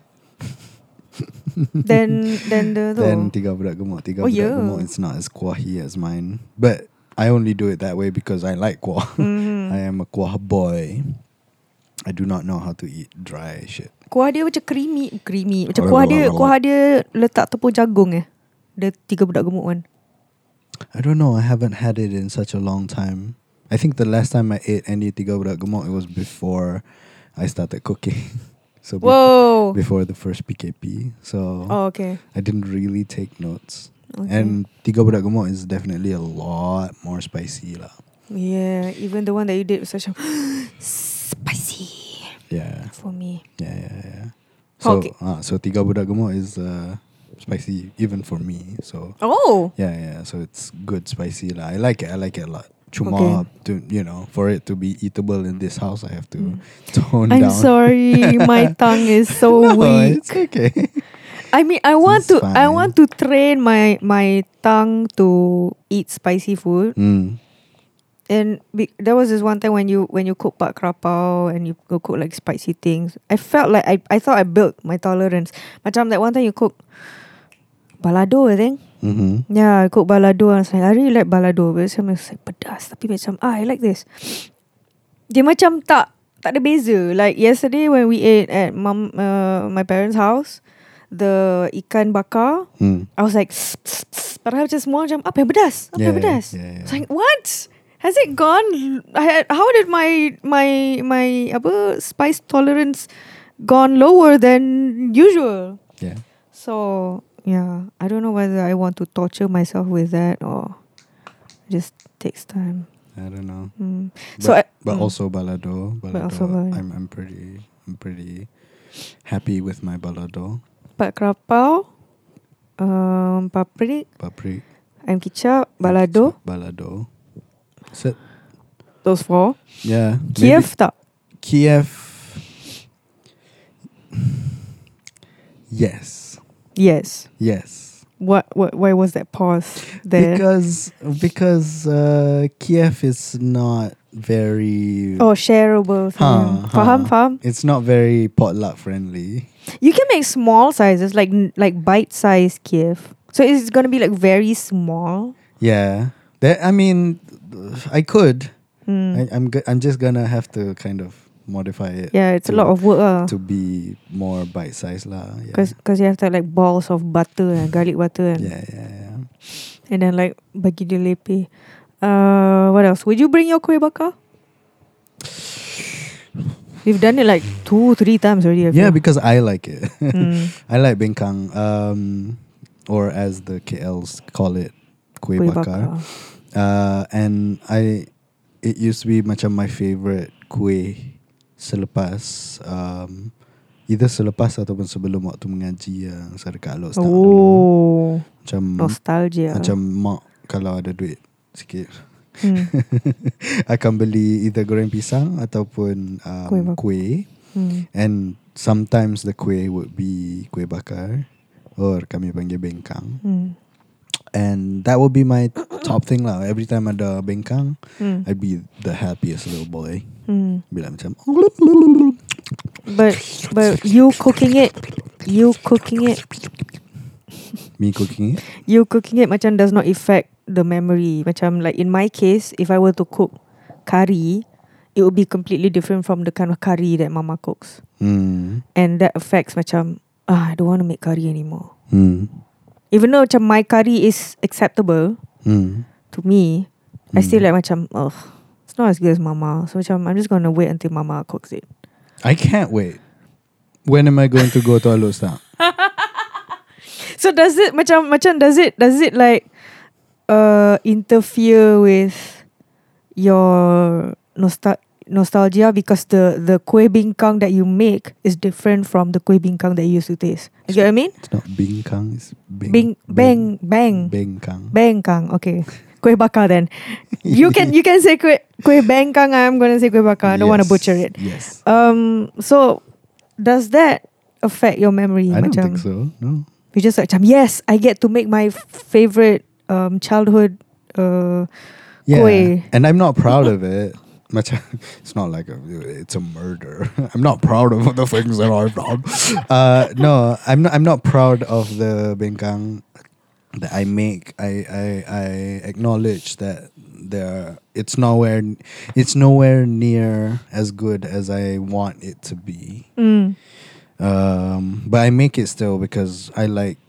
Speaker 2: then then the tu.
Speaker 1: than tiga budak gemuk tiga
Speaker 2: Oh,
Speaker 1: budak
Speaker 2: yeah.
Speaker 1: gemuk it's not as kuahi as mine but I only do it that way because I like kuah
Speaker 2: Mhm.
Speaker 1: I am a kuah boy I do not know how to eat dry shit
Speaker 2: Kuah dia macam creamy Creamy Macam
Speaker 1: Oh,
Speaker 2: kuah dia Kuah dia letak tepung jagung eh Dia tiga budak gemuk kan
Speaker 1: I don't know I haven't had it in such a long time I think the last time I ate any tiga budak gemuk it was before I started cooking so before-
Speaker 2: Wow
Speaker 1: before the first PKP. So
Speaker 2: Oh okay,
Speaker 1: I didn't really take notes.
Speaker 2: okay.
Speaker 1: And Tiga Budak Gemuk is definitely a lot more spicy lah.
Speaker 2: Yeah Even the one that you did was macam Spicy
Speaker 1: Yeah,
Speaker 2: For me
Speaker 1: yeah, yeah, yeah. So,
Speaker 2: Okay.
Speaker 1: ah, so Tiga Budak Gemuk is uh, spicy even for me. So
Speaker 2: Oh
Speaker 1: yeah, yeah. So it's good spicy lah. I like it. I like it a lot. Chuma to you know for it to be eatable in this house, I have to
Speaker 2: Mm.
Speaker 1: tone
Speaker 2: I'm
Speaker 1: down.
Speaker 2: sorry My tongue is so
Speaker 1: no, it's
Speaker 2: weak
Speaker 1: okay.
Speaker 2: I mean I want
Speaker 1: It's
Speaker 2: to I
Speaker 1: fine.
Speaker 2: want to train my My tongue to Eat spicy food
Speaker 1: Mm.
Speaker 2: And be, there was this one time when you when you cook pak krapao and you go cook like spicy things. I felt like I, I thought I built my tolerance. Macam that one time you cook balado I think.
Speaker 1: Mm-hmm.
Speaker 2: Yeah, I cook balado. I was like, I really like balado. But macam it's like pedas tapi macam ah I like this. Dia macam tak tak ada beza. Like yesterday when we ate at mom uh, my parents' house, the ikan bakar,
Speaker 1: Mm.
Speaker 2: I was like padahal macam semua macam apa yang pedas? Apa
Speaker 1: Yeah,
Speaker 2: yang pedas?
Speaker 1: yeah, yeah.
Speaker 2: It's like what? Has it gone? I had- How did my my my apa spice tolerance gone lower than usual?
Speaker 1: Yeah.
Speaker 2: So yeah, I don't know whether I want to torture myself with that or just takes time.
Speaker 1: I don't know.
Speaker 2: Mm.
Speaker 1: But,
Speaker 2: so I,
Speaker 1: but
Speaker 2: mm.
Speaker 1: also balado, balado.
Speaker 2: also balado.
Speaker 1: I'm I'm pretty I'm pretty happy with my balado
Speaker 2: pak krapau, um, paprik,
Speaker 1: papri
Speaker 2: ayam kicap, balado,
Speaker 1: balado. Is it?
Speaker 2: those four.
Speaker 1: Yeah.
Speaker 2: Kiev tak?
Speaker 1: maybe- Kiev. yes.
Speaker 2: Yes.
Speaker 1: Yes.
Speaker 2: What, what? Why was that pause there?
Speaker 1: Because because uh, Kiev is not very.
Speaker 2: Oh, shareable.
Speaker 1: Ha,
Speaker 2: Huh,
Speaker 1: ha.
Speaker 2: Faham, faham.
Speaker 1: It's not very potluck friendly.
Speaker 2: You can make small sizes, like like bite size Kiev. So it's gonna be like very small.
Speaker 1: Yeah. That I mean, I could.
Speaker 2: Mm.
Speaker 1: I, I'm. Go- I'm just gonna have to kind of modify it
Speaker 2: yeah, it's a
Speaker 1: to-
Speaker 2: lot of work. ah.
Speaker 1: to be more bite sized lah. Yeah.
Speaker 2: Cause, cause you have to like balls of butter and garlic butter and
Speaker 1: yeah, yeah, yeah.
Speaker 2: and then like bagi dia lepi. Uh, what else? Would you bring your kuih bakar? We've done it like two, three times already. I
Speaker 1: Yeah,
Speaker 2: feel.
Speaker 1: because I like it.
Speaker 2: Mm.
Speaker 1: I like bengkang, um, or as the KLs call it, kue,
Speaker 2: Kuih
Speaker 1: bakar. Uh, and I, it used to be macam my favorite kue selepas um, either selepas ataupun sebelum waktu mengaji yang saya dekat Alok Start dulu.
Speaker 2: Oh,
Speaker 1: Macam
Speaker 2: nostalgia.
Speaker 1: macam mak kalau ada duit sikit
Speaker 2: Hmm,
Speaker 1: akan beli either goreng pisang ataupun um,
Speaker 2: Kuih bakar.
Speaker 1: kuih.
Speaker 2: hmm.
Speaker 1: And sometimes the kuih would be kuih bakar or kami panggil bengkang.
Speaker 2: Hmm.
Speaker 1: And that would be my top thing lah. Every time ada bengkang,
Speaker 2: Hmm.
Speaker 1: I'd be the happiest little boy.
Speaker 2: Hmm.
Speaker 1: Be like macam, "Oh,
Speaker 2: But but you cooking it, you cooking it,
Speaker 1: me cooking it.
Speaker 2: you cooking it macam does not affect the memory. Macam like in my case, if I were to cook curry, it would be completely different from the kind of curry that mama cooks.
Speaker 1: Hmm.
Speaker 2: And that affects macam ah, I don't want to make curry anymore.
Speaker 1: Hmm.
Speaker 2: Even though macam my curry is acceptable
Speaker 1: Hmm.
Speaker 2: to me, I
Speaker 1: Hmm.
Speaker 2: still like macam ugh, it's not as good as mama. So macam I'm just gonna wait until mama cooks it.
Speaker 1: I can't wait. When am I going to go to Alok Start?
Speaker 2: So does it macam macam does it does it like uh interfere with your nostal nostalgia because the the kueh bingkang that you make is different from the kueh bingkang that you used to taste. You get what I mean?
Speaker 1: It's not bengkang, it's beng.
Speaker 2: Bing bang bang
Speaker 1: Bengkang.
Speaker 2: bangkang. Okay. Kueh bakar then. You can you can say kueh kueh bangkang. I'm gonna say kueh bakar. I don't want to
Speaker 1: Yes,
Speaker 2: butcher it.
Speaker 1: Yes.
Speaker 2: Um so does that affect your memory?
Speaker 1: I don't
Speaker 2: Macam-
Speaker 1: think so. No.
Speaker 2: You just like macam Yes I get to make my f- Favorite um, Childhood uh, Kuih.
Speaker 1: And I'm not proud of it. Much, it's not like a, it's a murder. I'm not proud of the things that I've done. Uh, no, I'm not. I'm not proud of the bengkang that I make. I, I I acknowledge that there it's nowhere it's nowhere near as good as I want it to be.
Speaker 2: mm,
Speaker 1: Um, but I make it still because I like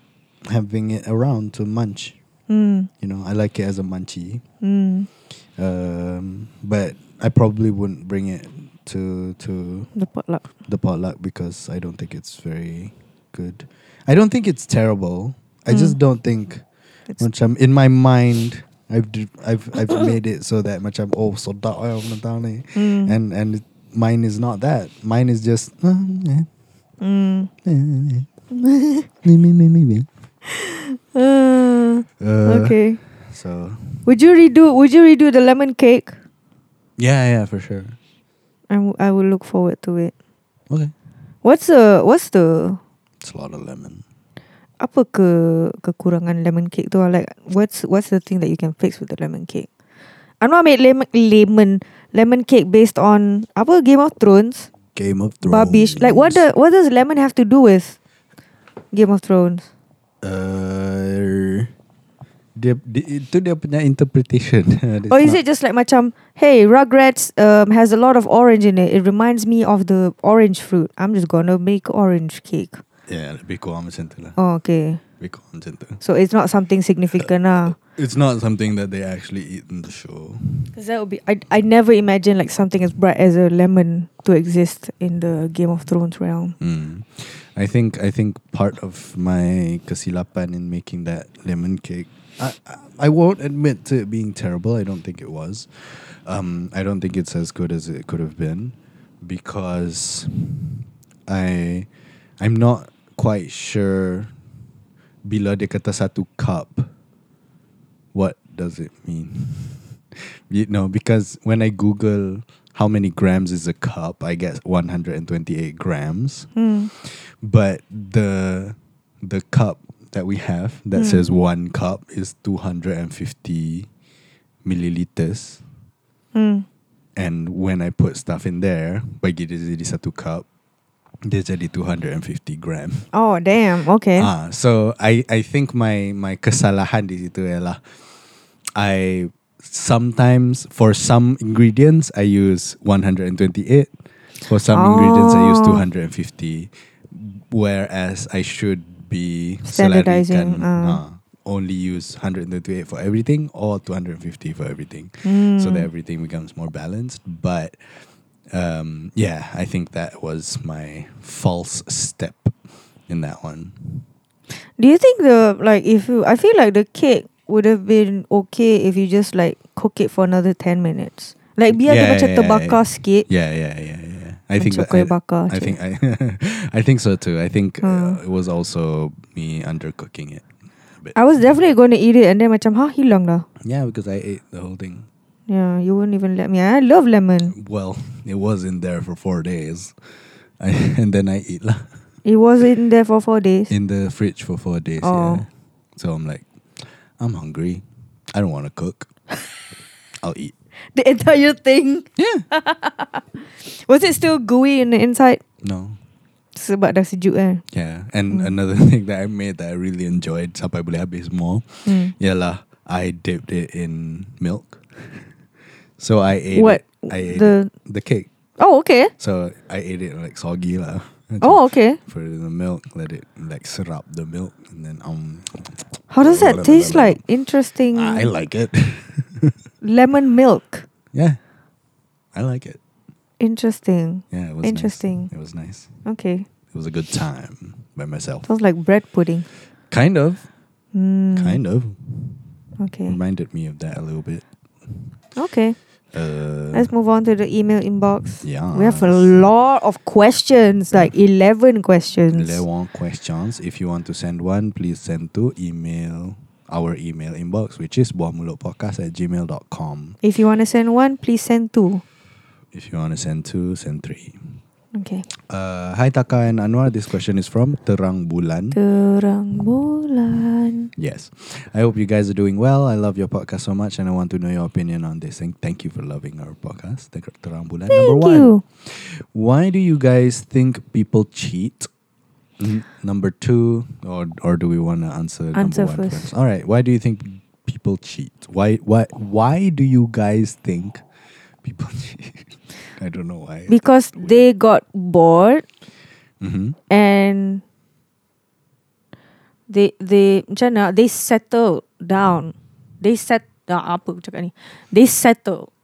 Speaker 1: having it around to munch.
Speaker 2: mm,
Speaker 1: You know, I like it as a munchie
Speaker 2: mm,
Speaker 1: um, but I probably wouldn't bring it to to
Speaker 2: The potluck
Speaker 1: the potluck because I don't think it's very good. I don't think it's terrible. I just
Speaker 2: Mm.
Speaker 1: don't think.
Speaker 2: It's-
Speaker 1: Macam in my mind, I've d- I've I've made it so that macam oh so that oil mm.
Speaker 2: mm,
Speaker 1: and and it- mine is not that. Mine is just. "Mm, eh,
Speaker 2: mm.
Speaker 1: eh, eh, eh." Me, me, me, me, me.
Speaker 2: Uh,
Speaker 1: Uh,
Speaker 2: Okay
Speaker 1: So
Speaker 2: Would you redo Would you redo the lemon cake
Speaker 1: yeah, yeah, for sure.
Speaker 2: I, w- I will look forward to it
Speaker 1: Okay,
Speaker 2: What's the What's the
Speaker 1: it's a lot of lemon.
Speaker 2: Apa ke Kekurangan lemon cake tu Like What's What's the thing that you can fix With the lemon cake I know I made lemon Lemon Lemon cake based on Apa Game of Thrones
Speaker 1: Game of Thrones.
Speaker 2: Babish. Like what the, what does lemon have to do with Game of Thrones?
Speaker 1: Uh, dia, dia, itu dia punya interpretation.
Speaker 2: or Oh, is it just like macam hey Rugrats um, has a lot of orange in it. It reminds me of the orange fruit. I'm just gonna make orange cake.
Speaker 1: Yeah, lebih kurang macam tu lah.
Speaker 2: Oh, okay.
Speaker 1: Lebih kurang macam tu.
Speaker 2: So it's not something significant ah.
Speaker 1: It's not something that they actually eat in the show.
Speaker 2: Cause that would be I I never imagined like something as bright as a lemon to exist in the Game of Thrones realm.
Speaker 1: Hmm. I think I think part of my kesilapan in making that lemon cake, I, I I won't admit to it being terrible. I don't think it was. Um, I don't think it's as good as it could have been, because I I'm not quite sure. Bila dia kata satu cup, what does it mean? you know, because when I Google how many grams is a cup, I get 128 grams
Speaker 2: Hmm.
Speaker 1: but the the cup that we have that
Speaker 2: Mm.
Speaker 1: says one cup is 250 milliliters
Speaker 2: Hmm.
Speaker 1: and when i put stuff in there bagi dia jadi satu cup dia jadi 250 gram
Speaker 2: Oh damn. Okay.
Speaker 1: ah so eh i i think my my kesalahan di situ ialah i sometimes for some ingredients I use 128. For some ingredients I use
Speaker 2: Oh.
Speaker 1: 250. Whereas I should be
Speaker 2: Standardizing,
Speaker 1: standardizing
Speaker 2: ah.
Speaker 1: only use 128 for everything or 250 for everything so
Speaker 2: Hmm.
Speaker 1: that everything becomes more balanced. But um, yeah, I think that was my false step in that one.
Speaker 2: Do you think the like if you I feel like the cake would have been okay if you just like cook it for another 10 minutes. Like biar
Speaker 1: Yeah,
Speaker 2: dia macam
Speaker 1: yeah,
Speaker 2: terbakar sikit.
Speaker 1: Yeah, yeah, yeah, yeah. I think
Speaker 2: macam
Speaker 1: that,
Speaker 2: kuih
Speaker 1: I,
Speaker 2: bakar.
Speaker 1: I
Speaker 2: je.
Speaker 1: think I, I think so too. I think
Speaker 2: Hmm.
Speaker 1: uh, it was also me undercooking it. a bit.
Speaker 2: I was definitely going to eat it and then macam ha hilang lah.
Speaker 1: Yeah, because I ate the whole thing.
Speaker 2: Yeah, you wouldn't even let me. I love lemon.
Speaker 1: Well, it was in there for four days, I, and then I eat lah
Speaker 2: It was in there for four days.
Speaker 1: in the fridge for four days.
Speaker 2: Oh.
Speaker 1: Yeah. So I'm like, I'm hungry. I don't want to cook. I'll eat.
Speaker 2: the entire thing.
Speaker 1: Yeah.
Speaker 2: Was it still gooey in the inside?
Speaker 1: No.
Speaker 2: Sebab dah sejuk eh.
Speaker 1: Yeah. And
Speaker 2: Mm.
Speaker 1: another thing that I made that I really enjoyed, sampai boleh habis more,
Speaker 2: Hmm.
Speaker 1: ialah I dipped it in milk. so I ate
Speaker 2: What?
Speaker 1: it. I ate
Speaker 2: The
Speaker 1: it- the cake.
Speaker 2: Oh, okay.
Speaker 1: So I ate it like soggy lah.
Speaker 2: Oh, okay.
Speaker 1: Put it in the milk, let it like syrup the milk, and then um.
Speaker 2: How does that taste like? Interesting.
Speaker 1: I like it.
Speaker 2: Lemon milk.
Speaker 1: yeah, I like it.
Speaker 2: Interesting.
Speaker 1: Yeah, it was nice.
Speaker 2: Interesting.
Speaker 1: It was nice.
Speaker 2: Okay.
Speaker 1: It was a good time by myself.
Speaker 2: Sounds like bread pudding.
Speaker 1: Kind of,
Speaker 2: Oh. Mm.
Speaker 1: kind of.
Speaker 2: Okay.
Speaker 1: Reminded me of that a little bit.
Speaker 2: Okay.
Speaker 1: Uh,
Speaker 2: Let's move on to the email inbox.
Speaker 1: yeah.
Speaker 2: We have a lot of questions, like 11 questions.
Speaker 1: There are questions. If you want to send one, please send to email our email inbox, which is buahmulutpodcast at gmail.com.
Speaker 2: If you want to send one, please send two.
Speaker 1: If you want to send two, send three.
Speaker 2: Okay.
Speaker 1: Uh, hi Taka and Anwar. This question is from Terang Bulan.
Speaker 2: Terang bulan.
Speaker 1: Yes. I hope you guys are doing well. I love your podcast so much and I want to know your opinion on this. And thank you for loving our podcast. Ter- Terang Bulan number
Speaker 2: Thank
Speaker 1: one.
Speaker 2: you.
Speaker 1: Why do you guys think people cheat? N- number two, or or do we want to answer,
Speaker 2: Answer
Speaker 1: number one
Speaker 2: first.
Speaker 1: All right. Why do you think people cheat? Why why why do you guys think people cheat? I don't know why.
Speaker 2: Because they got bored
Speaker 1: Mhm.
Speaker 2: and they they macam mana they settle down. They set ah, apa aku cakap ni. They settle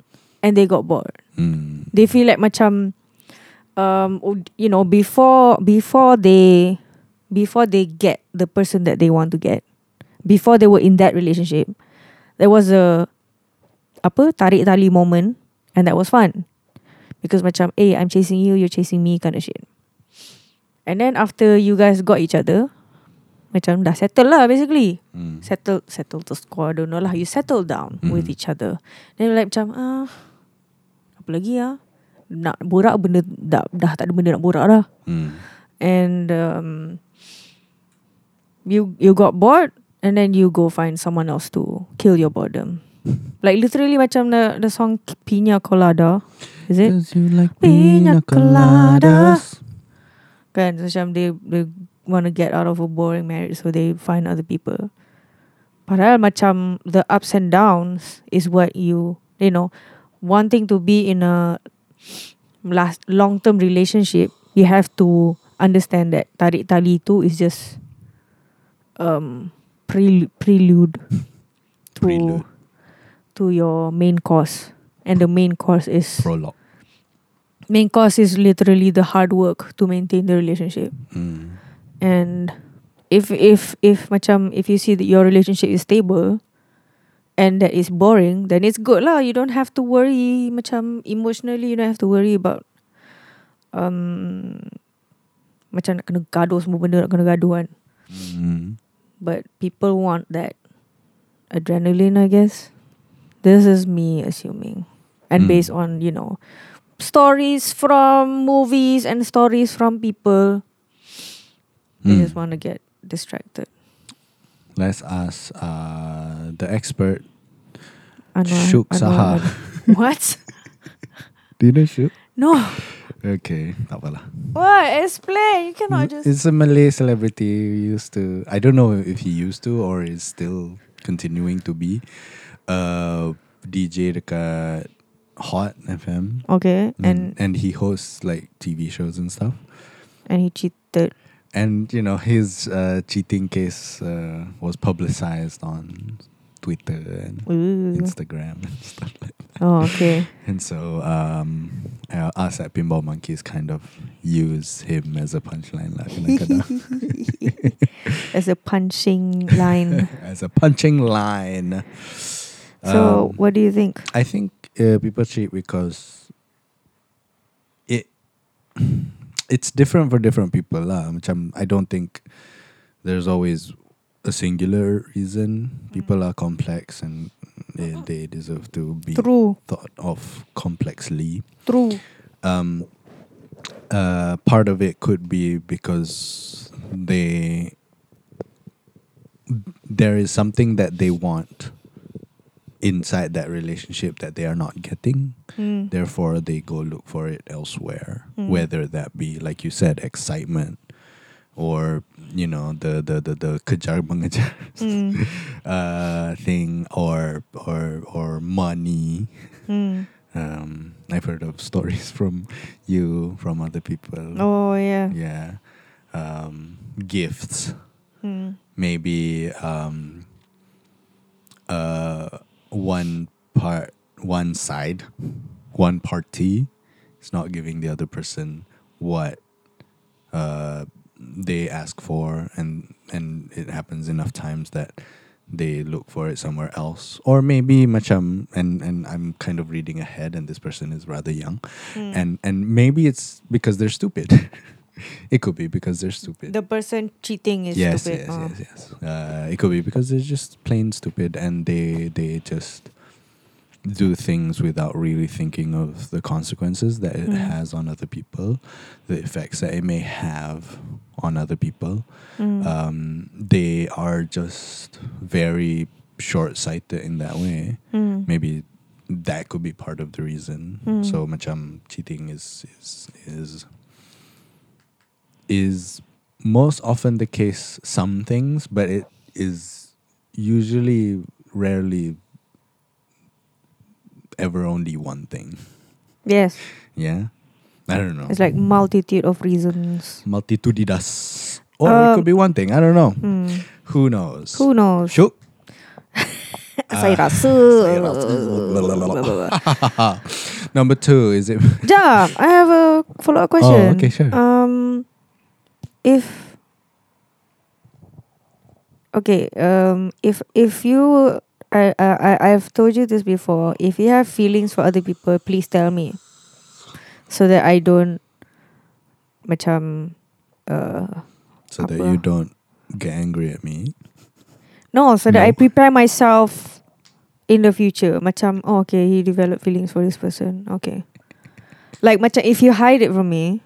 Speaker 2: and they got bored.
Speaker 1: Mm.
Speaker 2: They feel like macam um oh, you know before before they before they get the person that they want to get. Before they were in that relationship, there was a apa tarik tali moment and that was fun. Because macam eh I'm chasing you, you're chasing me kind of shit. And then after you guys got each other, macam dah settle lah basically.
Speaker 1: Mm.
Speaker 2: Settle settle the score, I don't know lah. You settle down
Speaker 1: Mhm.
Speaker 2: with each other. Then like macam ah apa lagi ah? Nak borak benda dah, dah tak ada benda nak borak dah.
Speaker 1: Mm.
Speaker 2: And um, you you got bored and then you go find someone else to kill your boredom. Like literally macam the, the song Pina Colada. Is it?
Speaker 1: Does you like pina
Speaker 2: Piña
Speaker 1: coladas?
Speaker 2: Kan macam they they want to get out of a boring marriage so they find other people. Padahal macam the ups and downs is what you you know wanting to be in a last long term relationship you have to understand that tarik tali tu is just um prelude prelude to
Speaker 1: Prelude.
Speaker 2: to your main course and the main course is
Speaker 1: Prologue.
Speaker 2: main course is literally the hard work to maintain the relationship
Speaker 1: Mm.
Speaker 2: and if if if macam if you see that your relationship is stable and that is boring then it's good lah you don't have to worry macam emotionally you don't have to worry about um macam nak kena gaduh semua benda nak kena gaduh kan
Speaker 1: Mm.
Speaker 2: but people want that adrenaline i guess this is me assuming and
Speaker 1: Mm.
Speaker 2: based on you know stories from movies and stories from people they
Speaker 1: Mm.
Speaker 2: just want to get distracted
Speaker 1: Let's ask uh, the expert.
Speaker 2: Anwar,
Speaker 1: Shook
Speaker 2: Anwar,
Speaker 1: Saha.
Speaker 2: Anwar. what
Speaker 1: Do you know Shuk?
Speaker 2: no
Speaker 1: Okay, tak apalah. Mm,
Speaker 2: what explain you cannot just
Speaker 1: It's a Malay celebrity who used to. I don't know if he used to or is still continuing to be. Uh, DJ dekat Hot FM.
Speaker 2: Okay.
Speaker 1: Mm,
Speaker 2: And
Speaker 1: and he hosts like TV shows and stuff.
Speaker 2: and he cheated.
Speaker 1: And you know his uh, cheating case uh, was publicized on Twitter and
Speaker 2: Ooh.
Speaker 1: Instagram and stuff like that.
Speaker 2: Oh, okay.
Speaker 1: And so um, uh, us at Pinball Monkeys kind of use him as a punchline, lah, kena- kena.
Speaker 2: As a punching line.
Speaker 1: as a punching line.
Speaker 2: So,
Speaker 1: Um,
Speaker 2: what do you think?
Speaker 1: I think uh, people cheat because it it's different for different people lah. Macam I don't think there's always a singular
Speaker 2: Mm.
Speaker 1: reason. People are complex and they, they deserve to be
Speaker 2: True.
Speaker 1: thought of complexly.
Speaker 2: True.
Speaker 1: Um, uh, part of it could be because they there is something that they want inside that relationship that they are not getting
Speaker 2: Mm.
Speaker 1: therefore they go look for it elsewhere
Speaker 2: Mm.
Speaker 1: whether that be like you said excitement or you know the the the, the kejar mengejar
Speaker 2: Mm.
Speaker 1: uh, thing or or or money
Speaker 2: Mm.
Speaker 1: um, I've heard of stories from you from other people
Speaker 2: Oh, yeah.
Speaker 1: yeah um, gifts
Speaker 2: Mm.
Speaker 1: maybe um, uh, one part, one side, one party is not giving the other person what uh, they ask for, and and it happens enough times that they look for it somewhere else, or maybe macam and and I'm kind of reading ahead, and this person is rather young,
Speaker 2: Mm.
Speaker 1: and and maybe it's because they're stupid. it could be because they're stupid
Speaker 2: the person cheating is
Speaker 1: yes,
Speaker 2: stupid.
Speaker 1: Yes,
Speaker 2: Oh.
Speaker 1: yes, yes, Uh, it could be because they're just plain stupid and they they just do things without really thinking of the consequences that it
Speaker 2: Mm.
Speaker 1: has on other people, the effects that it may have on other people.
Speaker 2: Mm.
Speaker 1: Um, they are just very short sighted in that way.
Speaker 2: Mm.
Speaker 1: Maybe that could be part of the reason.
Speaker 2: Mm.
Speaker 1: So macam cheating is is is is most often the case some things, but it is usually rarely ever only one thing.
Speaker 2: Yes.
Speaker 1: Yeah? I don't know.
Speaker 2: It's like multitude of reasons.
Speaker 1: multitudinous. Or it
Speaker 2: Um,
Speaker 1: could be one thing. I don't know.
Speaker 2: Mm.
Speaker 1: Who knows?
Speaker 2: Who knows?
Speaker 1: Shook. Uh,
Speaker 2: Saya rasa.
Speaker 1: saya rasa. Number two, is it
Speaker 2: Jap, I have a follow up
Speaker 1: Oh,
Speaker 2: question.
Speaker 1: okay, sure.
Speaker 2: Um, if okay, um, if if you, I I I- I have told you this before. If you have feelings for other people, please tell me, so that I don't, macam, uh,
Speaker 1: so that
Speaker 2: Apa?
Speaker 1: you don't get angry at me?
Speaker 2: no, so that I
Speaker 1: No.
Speaker 2: prepare myself in the future. Macam, oh, okay, he developed feelings for this person. Okay, like macam if you hide it from me,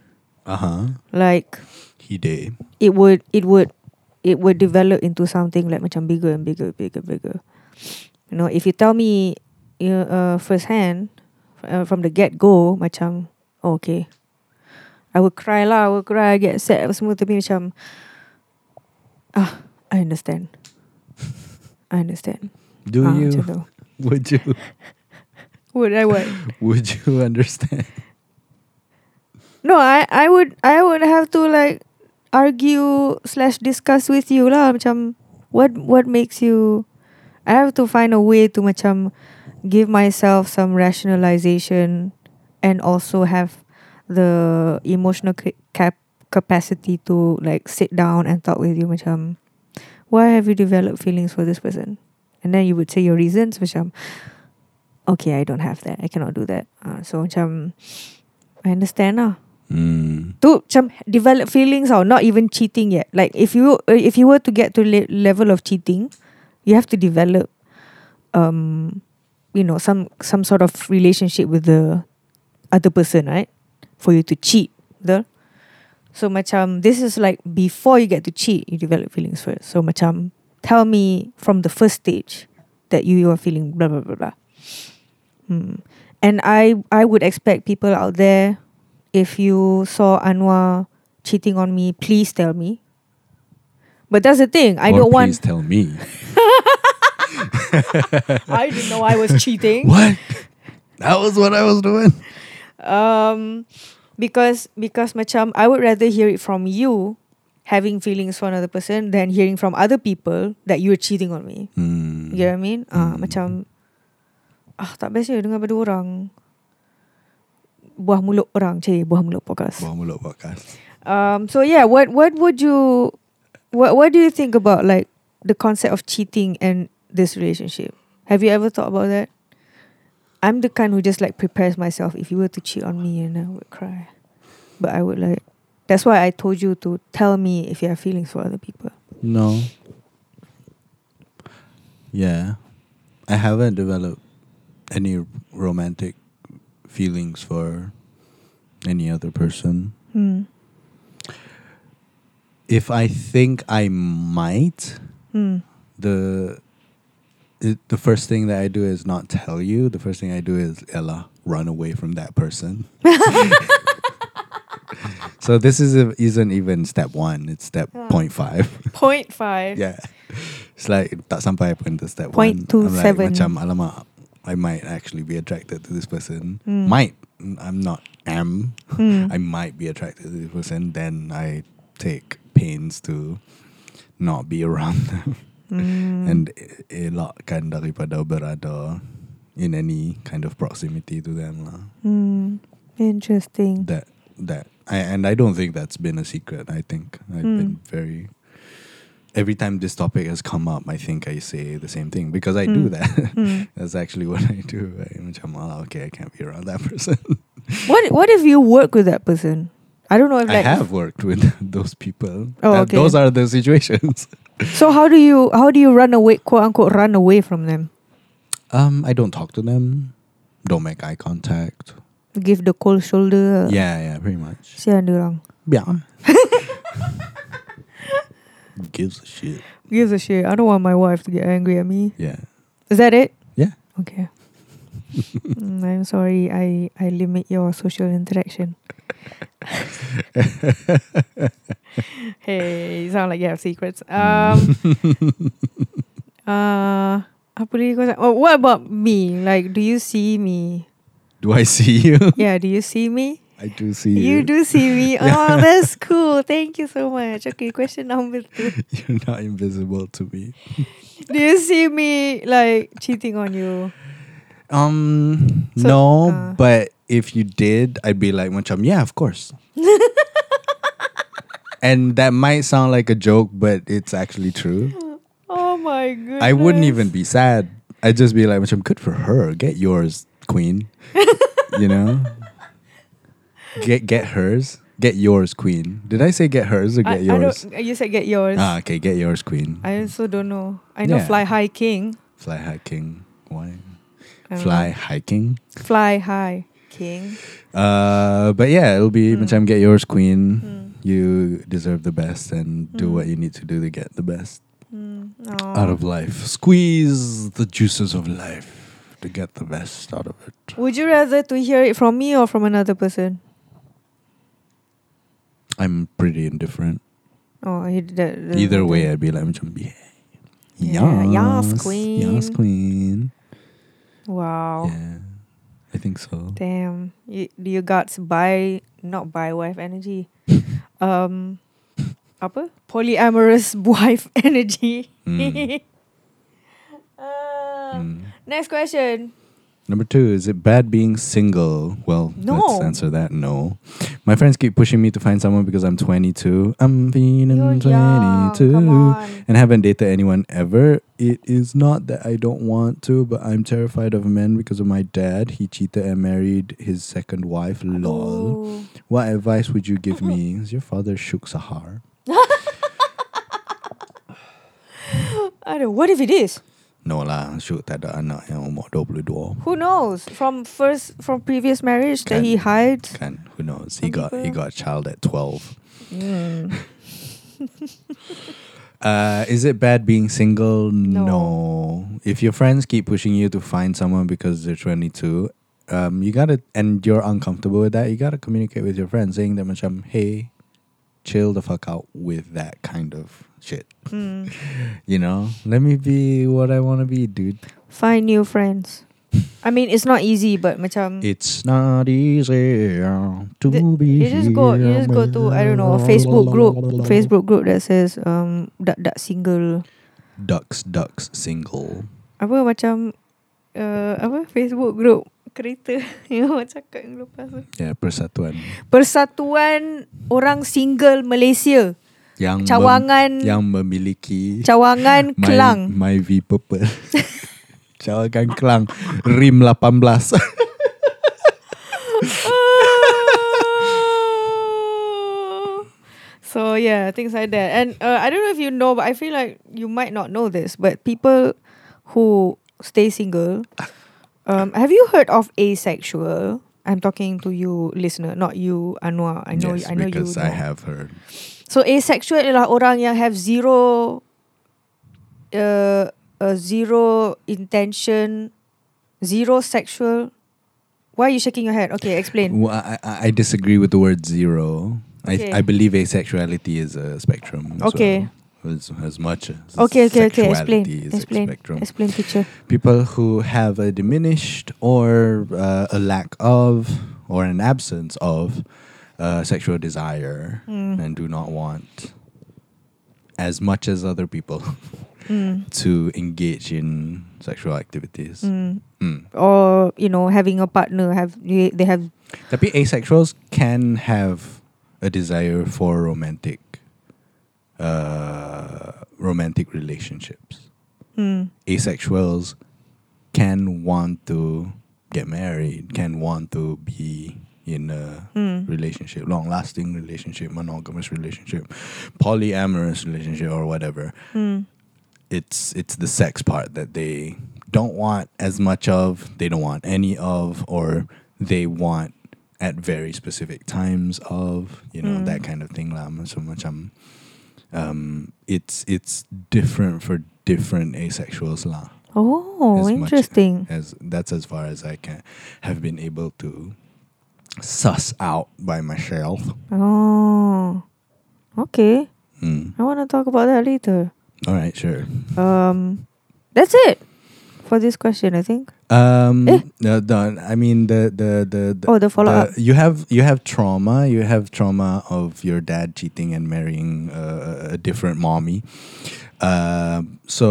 Speaker 1: Uh huh.
Speaker 2: like.
Speaker 1: He did.
Speaker 2: it would it would it would develop into something like macam bigger and bigger, bigger, bigger. You know, if you tell me you know, uh, firsthand uh, from the get go, macam oh, okay, I would cry lah, I would cry, get sad, apa semua tapi macam ah, I understand, I understand.
Speaker 1: Do
Speaker 2: ah,
Speaker 1: you?
Speaker 2: Macam tu.
Speaker 1: Would you?
Speaker 2: Would I what?
Speaker 1: Would you understand?
Speaker 2: No, I I would I would have to like argue slash discuss with you lah macam what what makes you I have to find a way to macam give myself some rationalization and also have the emotional ca- cap- capacity to like sit down and talk with you macam why have you developed feelings for this person and then you would say your reasons macam okay I don't have that I cannot do that uh, so macam I understand lah
Speaker 1: Mm.
Speaker 2: tu macam develop feelings or not even cheating yet like if you uh, if you were to get to le- level of cheating you have to develop um you know some some sort of relationship with the other person right for you to cheat the so macam this is like before you get to cheat you develop feelings first so macam tell me from the first stage that you, you are feeling blah blah blah blah hmm. and i i would expect people out there if you saw Anwar cheating on me, please tell me. But that's the thing. I
Speaker 1: Or
Speaker 2: don't
Speaker 1: please
Speaker 2: want.
Speaker 1: tell me.
Speaker 2: I didn't know I was cheating.
Speaker 1: What? That was what I was doing.
Speaker 2: Um, because because macam I would rather hear it from you having feelings for another person than hearing from other people that you were cheating on me.
Speaker 1: Hmm.
Speaker 2: You get what I mean? Ah,
Speaker 1: Hmm.
Speaker 2: macam ah tak best je dengar pada orang. Buah mulut orang, cik, buah mulut podcast.
Speaker 1: Buang mulut podcast.
Speaker 2: Um so yeah, what what would you what what do you think about like the concept of cheating and this relationship? Have you ever thought about that? I'm the kind who just like prepares myself if you were to cheat on me and I would cry. But I would like that's why I told you to tell me if you have feelings for other people.
Speaker 1: No. Yeah. I haven't developed any romantic feelings for any other person.
Speaker 2: Hmm.
Speaker 1: If I think I might,
Speaker 2: Hmm.
Speaker 1: the it, the first thing that I do is not tell you. The first thing I do is Ella run away from that person. so this is a, isn't even step one. It's step
Speaker 2: Ah.
Speaker 1: point five.
Speaker 2: Point five.
Speaker 1: yeah, it's like tak sampai pun to step
Speaker 2: Point
Speaker 1: one.
Speaker 2: two
Speaker 1: I'm
Speaker 2: seven.
Speaker 1: Like, macam alamak, I might actually be attracted to this person.
Speaker 2: Hmm.
Speaker 1: Might I'm not am.
Speaker 2: Hmm.
Speaker 1: I might be attracted to this person. Then I take pains to not be around them.
Speaker 2: Hmm.
Speaker 1: and e- elakkan daripada berada in any kind of proximity to them lah.
Speaker 2: Hmm. Interesting.
Speaker 1: That that I, and I don't think that's been a secret. I think I've
Speaker 2: Mm.
Speaker 1: been very. Every time this topic has come up, I think I say the same thing because I do
Speaker 2: Mm.
Speaker 1: that.
Speaker 2: Hmm.
Speaker 1: that's actually what I do. I, macam, "Ah, okay, I can't be around that person.
Speaker 2: What what if you work with that person? I don't know if
Speaker 1: I
Speaker 2: like
Speaker 1: have worked with those people.
Speaker 2: Oh,
Speaker 1: That-
Speaker 2: okay.
Speaker 1: Those are the situations.
Speaker 2: So how do you how do you run away quote unquote run away from them?
Speaker 1: Um, I don't talk to them. Don't make eye contact.
Speaker 2: Give the cold shoulder.
Speaker 1: yeah, yeah, pretty much.
Speaker 2: Sian orang.
Speaker 1: Yeah. Gives a shit.
Speaker 2: Gives a shit. I don't want my wife to get angry at me.
Speaker 1: Yeah.
Speaker 2: Is that it?
Speaker 1: Yeah.
Speaker 2: Okay. Mm, I'm sorry. I I limit your social interaction. hey, you sound like you have secrets. Um. uh, apa lagi kau cakap? Oh, what about me? Like, do you see me?
Speaker 1: Do I see you?
Speaker 2: Yeah, do you see me?
Speaker 1: I do see you.
Speaker 2: You do see me. Oh, that's cool. Thank you so much. Okay, question number two.
Speaker 1: You're not invisible to me.
Speaker 2: Do you see me like cheating on you?
Speaker 1: Um
Speaker 2: So,
Speaker 1: no,
Speaker 2: uh,
Speaker 1: but if you did, I'd be like, "Macam, yeah, of course." and that might sound like a joke, but it's actually true.
Speaker 2: Oh my goodness.
Speaker 1: I wouldn't even be sad. I'd just be like, "Macam, good for her. Get yours, queen." you know? Get get hers. Get yours, queen. Did I say get hers or get
Speaker 2: I, I
Speaker 1: yours?
Speaker 2: don't. You said get yours.
Speaker 1: Ah, okay, get yours, queen.
Speaker 2: I also don't know. I know
Speaker 1: Yeah.
Speaker 2: fly high king.
Speaker 1: Fly hiking. Why?
Speaker 2: I don't
Speaker 1: Fly hiking.
Speaker 2: know. Fly high king.
Speaker 1: Uh, but yeah, it'll be
Speaker 2: Mm.
Speaker 1: macam get yours, queen.
Speaker 2: Mm.
Speaker 1: You deserve the best and do
Speaker 2: Mm.
Speaker 1: what you need to do to get the best
Speaker 2: Mm.
Speaker 1: out of life. Squeeze the juices of life to get the best out of it.
Speaker 2: Would you rather to hear it from me or from another person?
Speaker 1: I'm pretty indifferent.
Speaker 2: Oh, he, that, that-
Speaker 1: Either way, I'd be like, macam, yeah.
Speaker 2: Yeah, yas,
Speaker 1: Yas,
Speaker 2: queen. Oh.
Speaker 1: Yas, queen.
Speaker 2: Wow.
Speaker 1: Yeah. I think so.
Speaker 2: Damn. You, do you guts buy not buy wife energy? um apa? Polyamorous wife energy.
Speaker 1: Mm.
Speaker 2: Uh,
Speaker 1: Mm.
Speaker 2: Next question.
Speaker 1: Number two, is it bad being single? Well,
Speaker 2: No.
Speaker 1: let's answer that. No. My friends keep pushing me to find someone because I'm 22. I'm feeling
Speaker 2: You're
Speaker 1: 22
Speaker 2: young. Come on.
Speaker 1: and haven't dated anyone ever. It is not that I don't want to, but I'm terrified of men because of my dad. He cheated and married his second wife. Lol.
Speaker 2: Ooh.
Speaker 1: What advice would you give me? Is your father Shuk Sahar?
Speaker 2: I don't. What if it is?
Speaker 1: No lah, Shuk tak ada anak yang umur 22.
Speaker 2: Who knows? From first, from previous marriage that he
Speaker 1: Can-
Speaker 2: hides.
Speaker 1: Can, who knows? He
Speaker 2: Some
Speaker 1: got he
Speaker 2: people-
Speaker 1: got a child at 12.
Speaker 2: Mm.
Speaker 1: Uh, is it bad being single?
Speaker 2: No.
Speaker 1: No. If your friends keep pushing you to find someone because they're 22, um, you gotta, and you're uncomfortable with that, you gotta communicate with your friends saying that, macam, hey, chill the fuck out with that kind of shit.
Speaker 2: Mm.
Speaker 1: You know, let me be what I want to be, dude.
Speaker 2: Find new friends. I mean, it's not easy, but macam
Speaker 1: It's not easy uh, to
Speaker 2: Th-
Speaker 1: be.
Speaker 2: you just go, you
Speaker 1: here,
Speaker 2: just go to I don't know a
Speaker 1: man.
Speaker 2: Facebook group, Facebook group that says um dak dak single.
Speaker 1: Ducks, ducks, single.
Speaker 2: Apa macam uh, apa Facebook group kereta yang awak cakap yang lepas tu.
Speaker 1: Yeah, persatuan.
Speaker 2: Persatuan orang single Malaysia.
Speaker 1: Yang mem-
Speaker 2: Cawangan
Speaker 1: yang memiliki
Speaker 2: Cawangan
Speaker 1: my,
Speaker 2: Kelang.
Speaker 1: My V purple. Cawangan Kelang Rim 18
Speaker 2: so yeah, things like that. And uh, I don't know if you know, but I feel like you might not know this, but people who stay single, um, have you heard of asexual? I'm talking to you, listener, not you, Anwar. I know,
Speaker 1: yes,
Speaker 2: I know you.
Speaker 1: because I
Speaker 2: know.
Speaker 1: have heard
Speaker 2: So asexual ialah orang yang have zero, uh, uh, zero intention, zero sexual. Why are you shaking your head? Okay, explain.
Speaker 1: Well, I, I, I disagree with the word zero.
Speaker 2: Okay.
Speaker 1: I, I believe asexuality is a spectrum. As
Speaker 2: Okay.
Speaker 1: Well. As, as much as
Speaker 2: Okay, okay, okay. Explain,
Speaker 1: sexuality is a
Speaker 2: explain,
Speaker 1: spectrum.
Speaker 2: explain, teacher.
Speaker 1: People who have a diminished or uh, a lack of or an absence of uh, sexual desire
Speaker 2: Mm.
Speaker 1: and do not want as much as other people
Speaker 2: Mm.
Speaker 1: to engage in sexual activities.
Speaker 2: Mm.
Speaker 1: Mm.
Speaker 2: Or you know, having a partner, have they they have
Speaker 1: Tapi asexuals can have a desire for romantic, uh, romantic relationships.
Speaker 2: mm,
Speaker 1: Asexuals can want to get married, can want to be in a
Speaker 2: mm,
Speaker 1: relationship, long-lasting relationship, monogamous relationship, polyamorous relationship, or whatever.
Speaker 2: mm,
Speaker 1: It's it's the sex part that they don't want as much of, they don't want any of, or they want at very specific times of, you know,
Speaker 2: Mm.
Speaker 1: that kind of thing. lah. So much um, um, it's it's different for different asexuals lah.
Speaker 2: Oh,
Speaker 1: As much
Speaker 2: interesting.
Speaker 1: As that's as far as I can have been able to suss out by myself.
Speaker 2: Oh, okay.
Speaker 1: Mm.
Speaker 2: I want to talk about that later.
Speaker 1: All right, sure.
Speaker 2: Um, that's it for this question. I think.
Speaker 1: Um,
Speaker 2: Eh?
Speaker 1: no, no, I mean the the the, the
Speaker 2: Oh, the follow up.
Speaker 1: the- you have you have trauma. You have trauma of your dad cheating and marrying uh, a different mommy. Um so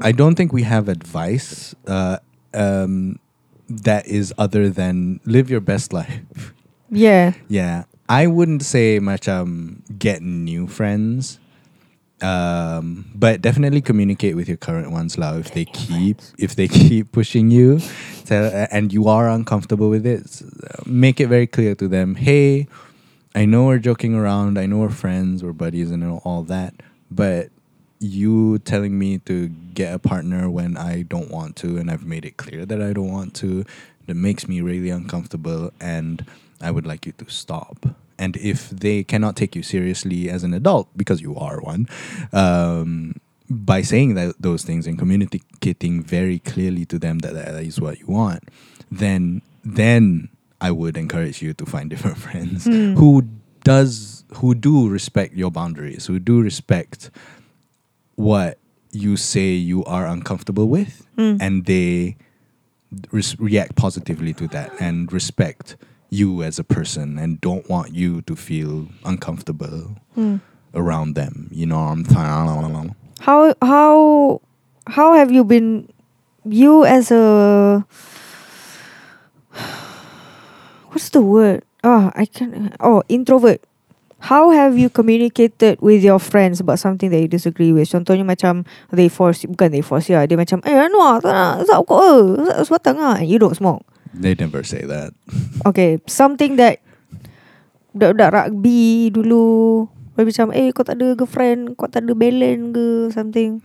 Speaker 1: I don't think we have advice uh, um, that is other than live your best life.
Speaker 2: Yeah.
Speaker 1: Yeah, I wouldn't say much. Um, get new friends. Um, but definitely communicate with your current ones, lah. If they keep, if they keep pushing you, tell, and you are uncomfortable with it, s- make it very clear to them. Hey, I know we're joking around. I know we're friends, we're buddies, and all that. But you telling me to get a partner when I don't want to, and I've made it clear that I don't want to, that makes me really uncomfortable. And I would like you to stop. And if they cannot take you seriously as an adult, because you are one, um, by saying tho- those things and communicating very clearly to them that that is what you want, then then I would encourage you to find different friends
Speaker 2: Mm.
Speaker 1: who does who do respect your boundaries, who do respect what you say you are uncomfortable with,
Speaker 2: Mm.
Speaker 1: and they res- react positively to that and respect you as a person and don't want you to feel uncomfortable
Speaker 2: Mm.
Speaker 1: around them. You know, I'm th-
Speaker 2: How how how have you been? You as a what's the word? Oh, I can. Oh, introvert. How have you communicated with your friends about something that you disagree with? Contohnya macam they force, bukan they force ya. Dia macam, eh Anwar, tak nak zap kau eh. Zap sebatang ah. And you don't smoke.
Speaker 1: they never say that.
Speaker 2: Okay, something that budak-budak rugby dulu. Dia macam, eh kau tak ada girlfriend, kau tak ada balance ke something.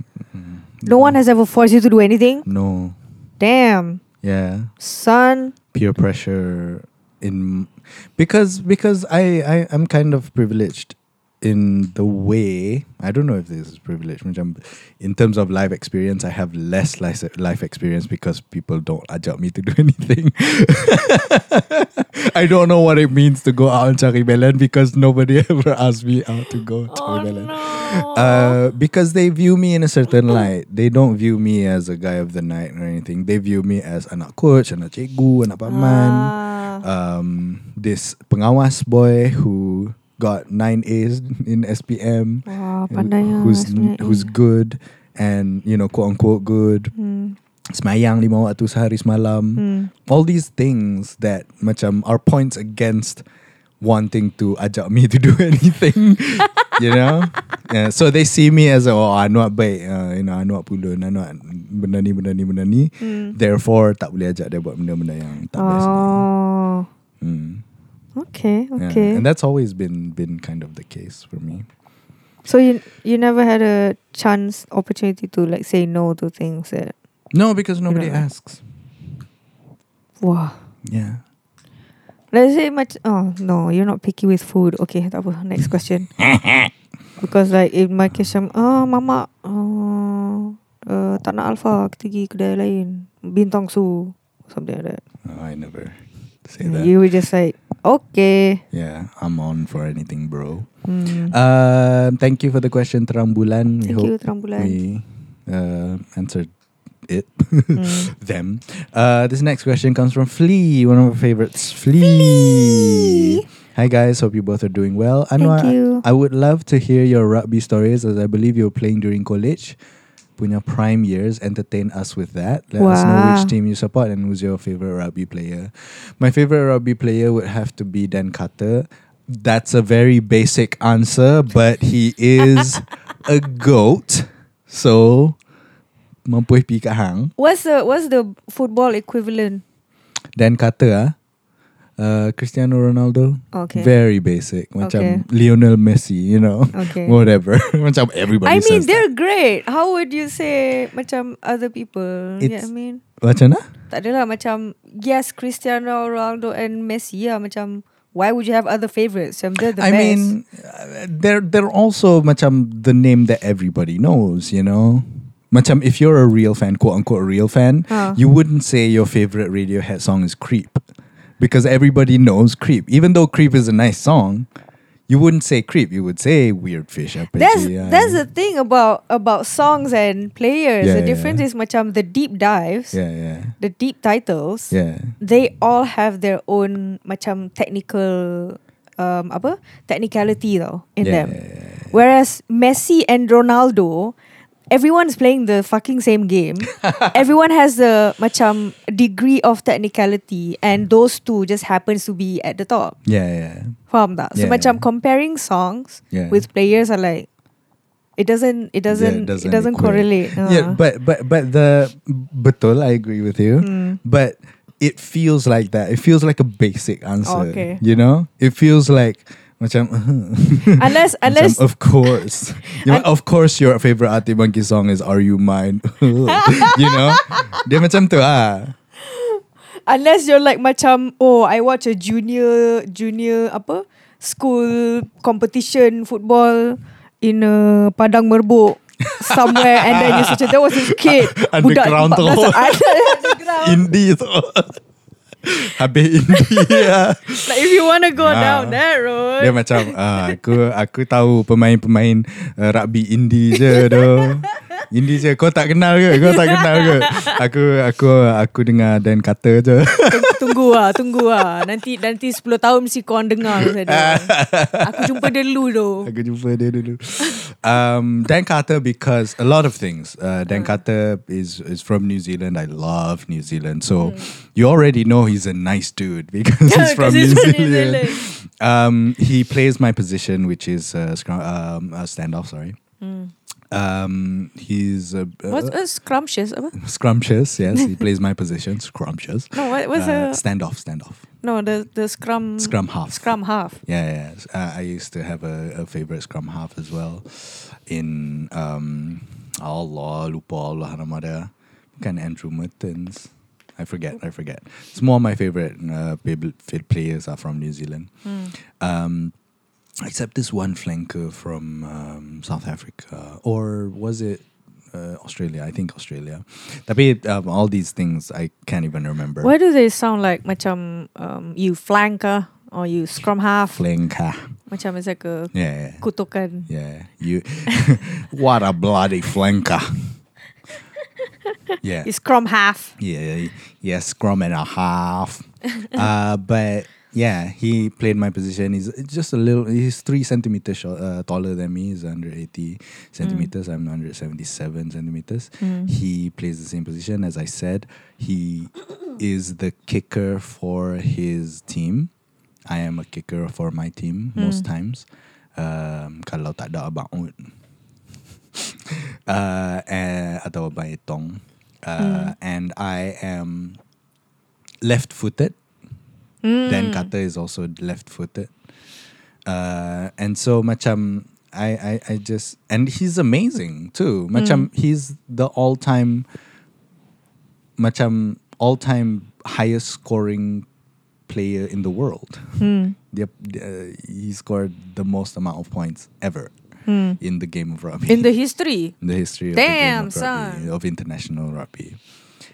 Speaker 2: No one has ever forced you to do anything.
Speaker 1: Mm-hmm. No.
Speaker 2: Damn,
Speaker 1: Yeah.
Speaker 2: son.
Speaker 1: peer pressure in because because I, I I'm kind of privileged in the way I don't know if this is privilege macam in terms of life experience I have less life life experience because people don't ajak me to do anything I don't know what it means to go out on Cari Belen because nobody ever asked me out to go to Cari
Speaker 2: Oh
Speaker 1: Belen.
Speaker 2: no.
Speaker 1: Uh, because they view me in a certain light. They don't view me as a guy of the night or anything. They view me as anak coach, anak cikgu, anak paman.
Speaker 2: Ah.
Speaker 1: Um, this pengawas boy who got nine A's in SPM,
Speaker 2: Wah,
Speaker 1: who-
Speaker 2: pandai ah,
Speaker 1: who's
Speaker 2: sebenarnya.
Speaker 1: who's good and you know quote unquote good.
Speaker 2: Hmm.
Speaker 1: Semayang lima waktu sehari semalam.
Speaker 2: Hmm.
Speaker 1: All these things that macam are points against wanting to ajak me to do anything. you know? Yeah, so they see me as oh anuak baik, uh, you know, anuak pulun, anuak benda ni benda ni benda ni.
Speaker 2: Hmm.
Speaker 1: Therefore tak boleh ajak dia buat benda-benda yang tak best. ni.
Speaker 2: Oh.
Speaker 1: Hmm.
Speaker 2: Okay.
Speaker 1: Yeah,
Speaker 2: Okay.
Speaker 1: And that's always been been kind of the case for me.
Speaker 2: So you you never had a chance opportunity to like say no to things that
Speaker 1: No, because nobody
Speaker 2: Yeah.
Speaker 1: asks.
Speaker 2: wow.
Speaker 1: Yeah.
Speaker 2: Let's say much oh no, you're not picky with food. Okay, tak apa. Next question. Because like in my case macam ah mama uh, uh, tak nak alfa kita pergi kedai lain bintang su something like that.
Speaker 1: No, I never say that.
Speaker 2: You were just like okay.
Speaker 1: yeah, I'm on for anything, bro.
Speaker 2: Hmm.
Speaker 1: Um, thank you for the question, Trambulan. We
Speaker 2: Thank
Speaker 1: hope
Speaker 2: you Trambulan.
Speaker 1: we uh, answered it.
Speaker 2: Hmm.
Speaker 1: Them. Uh, this next question comes from Flea, one of our favorites. Flea.
Speaker 2: Flea!
Speaker 1: Hi guys, hope you both are doing well.
Speaker 2: Thank
Speaker 1: Anwar,
Speaker 2: you.
Speaker 1: I would love to hear your rugby stories as I believe you were playing during college. Punya prime years, entertain us with that. Let us know
Speaker 2: Wow.
Speaker 1: which team you support and who's your favorite rugby player. My favorite rugby player would have to be Dan Carter. That's a very basic answer, but he is a goat. So, mampu pi kat hang.
Speaker 2: What's the what's the football equivalent?
Speaker 1: Dan Carter ah. Uh, Cristiano Ronaldo.
Speaker 2: Okay.
Speaker 1: Very basic. Macam
Speaker 2: Okay.
Speaker 1: Lionel Messi, you know.
Speaker 2: Okay.
Speaker 1: Whatever. Macam everybody
Speaker 2: I mean,
Speaker 1: says that.
Speaker 2: they're great. How would you say macam other people?
Speaker 1: It's-
Speaker 2: yeah, I mean,
Speaker 1: Macam mana?
Speaker 2: tak adalah macam yes, Cristiano Ronaldo and Messi yeah, macam why would you have other favorites? Macam they're the
Speaker 1: I
Speaker 2: best.
Speaker 1: mean, uh, they're they're also macam the name that everybody knows, you know. Macam if you're a real fan, quote unquote real fan,
Speaker 2: Huh.
Speaker 1: you wouldn't say your favorite Radiohead song is Creep because everybody knows Creep. Even though Creep is a nice song, you wouldn't say Creep. You would say Weird Fish.
Speaker 2: that's
Speaker 1: Arpeggia.
Speaker 2: that's the thing about about songs and players.
Speaker 1: Yeah,
Speaker 2: the
Speaker 1: yeah,
Speaker 2: difference
Speaker 1: yeah.
Speaker 2: is macam the deep dives,
Speaker 1: yeah, yeah,
Speaker 2: the deep titles.
Speaker 1: yeah.
Speaker 2: They all have their own macam technical um apa technicality though in
Speaker 1: yeah,
Speaker 2: them.
Speaker 1: yeah, yeah, yeah.
Speaker 2: Whereas Messi and Ronaldo, everyone's playing the fucking same game. Everyone has the macam degree of technicality, and those two just happens to be at the top.
Speaker 1: Yeah, yeah.
Speaker 2: Faham tak?
Speaker 1: Yeah.
Speaker 2: So macam comparing songs
Speaker 1: Yeah.
Speaker 2: with players are like it doesn't it doesn't it doesn't,
Speaker 1: doesn't equate.
Speaker 2: correlate.
Speaker 1: Yeah,
Speaker 2: Ah.
Speaker 1: but but but the betul, I agree with you.
Speaker 2: Hmm.
Speaker 1: But it feels like that. It feels like a basic answer.
Speaker 2: Okay.
Speaker 1: You know, it feels like macam
Speaker 2: unless unless
Speaker 1: macam, of course. You know, of course, your favorite Ati Monkey song is "Are You Mine." you know, dia macam tu ah.
Speaker 2: Unless you're like macam Oh I watch a junior Junior apa School competition football In a Padang Merbuk Somewhere And then you such a There was this kid
Speaker 1: Underground tu.
Speaker 2: Budak 14 Underground
Speaker 1: Indie tu. Habis indie ah.
Speaker 2: Like if you want to go
Speaker 1: Ah.
Speaker 2: down that
Speaker 1: Dia
Speaker 2: road
Speaker 1: macam ah, aku aku tahu pemain-pemain uh, rugby indie je doh. Indie je kau tak kenal ke? Kau tak kenal ke? Aku aku aku dengar Dan Carter je.
Speaker 2: Tung- Tunggu lah Tunggu lah Nanti nanti 10 tahun Mesti korang dengar pasal dia. Aku jumpa dia dulu tu
Speaker 1: aku jumpa dia dulu. Um, Dan Carter because a lot of things. Uh,
Speaker 2: Mm.
Speaker 1: Dan Carter is is from New Zealand. I love New Zealand. So you already know he's a nice dude because he's from,
Speaker 2: Mm. 'Cause
Speaker 1: New,
Speaker 2: he's from New
Speaker 1: Zealand.
Speaker 2: Zealand.
Speaker 1: Um, he plays my position, which is uh, scrum, um, uh, standoff. Sorry. Um, he's a, a-
Speaker 2: Mm. What's uh, scrumptious apa?
Speaker 1: scrumptious. Yes, he plays my position. Scrumptious.
Speaker 2: No what, what's
Speaker 1: Uh,
Speaker 2: uh,
Speaker 1: standoff, standoff,
Speaker 2: No the the scrum
Speaker 1: scrum half.
Speaker 2: Scrum half
Speaker 1: Yeah, yeah. S- Uh, I used to have a, a favorite scrum half as well. In um, Allah lupa Allah Haramada, bukan Andrew Mertens. I forget. I forget. It's more my favorite uh, pab- fit players are from New Zealand.
Speaker 2: Hmm.
Speaker 1: Um, except this one flanker from um, South Africa, or was it uh, Australia. I think Australia. Tapi um, all these things I can't even remember.
Speaker 2: Why do they sound like macam um, you flanker or you scrum half?
Speaker 1: Flanker.
Speaker 2: Macam it's like a
Speaker 1: Yeah.
Speaker 2: kutukan.
Speaker 1: Yeah. You. what a bloody flanker. yeah.
Speaker 2: You scrum half.
Speaker 1: Yeah, yeah, scrum and a half. uh, but yeah, he played my position. He's just a little. He's three centimeters short, uh, taller than me. He's 180 centimeters. I'm 177 centimeters. He plays the same position as I said. He is the kicker for his team. I am a kicker for my team most times. Um, kalau tak ada abaun. uh, eh, atau abaun itong. Uh, And I am left-footed. Then kata is also left-footed. Uh, and so macam I, I I just and he's amazing too. Macam he's the all-time macam all-time highest scoring player in the world. Dia- dia- he scored the most amount of points ever in the game of rugby
Speaker 2: In the history.
Speaker 1: in the history of
Speaker 2: Damn,
Speaker 1: the game of, rugby,
Speaker 2: son.
Speaker 1: of international rugby.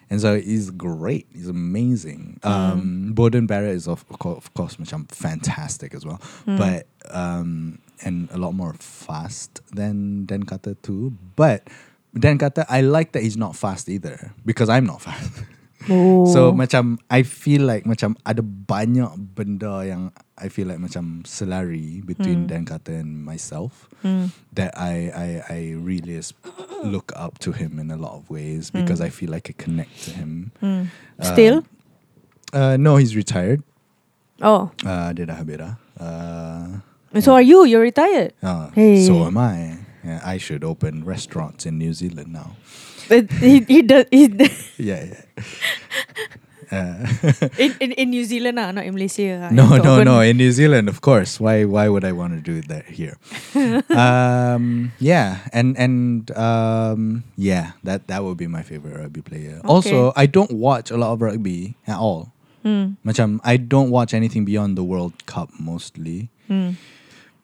Speaker 1: And so he's great. He's amazing.
Speaker 2: Mm.
Speaker 1: Um, Borden Barrett is of, of cour- of course, which I'm fantastic as well.
Speaker 2: Mm.
Speaker 1: But um, and a lot more fast than Dan Carter too. But Dan Carter, I like that he's not fast either because I'm not fast.
Speaker 2: Oh.
Speaker 1: So macam I feel like macam ada banyak benda yang I feel like macam selari between
Speaker 2: Hmm.
Speaker 1: Dan Carter and myself that I I I really is look up to him in a lot of ways because I feel like I connect to him.
Speaker 2: Hmm. Still?
Speaker 1: Uh, no, he's retired.
Speaker 2: Oh.
Speaker 1: Uh, dia dah habis dah. Uh,
Speaker 2: So are you? You're retired.
Speaker 1: uh,
Speaker 2: Hey.
Speaker 1: So am I. Yeah, I should open restaurants in New Zealand now.
Speaker 2: It- he, he does, he,
Speaker 1: Yeah, yeah. Uh,
Speaker 2: in, in, in New Zealand, ah, not in Malaysia. ah.
Speaker 1: No,
Speaker 2: It's
Speaker 1: no,
Speaker 2: open.
Speaker 1: no. In New Zealand, of course. Why? Why would I want to do that here? um, yeah, and and um, yeah, that that would be my favorite rugby player. Also, I don't watch a lot of rugby at all.
Speaker 2: Hmm,
Speaker 1: Macam, I don't watch anything beyond the World Cup mostly.
Speaker 2: hmm,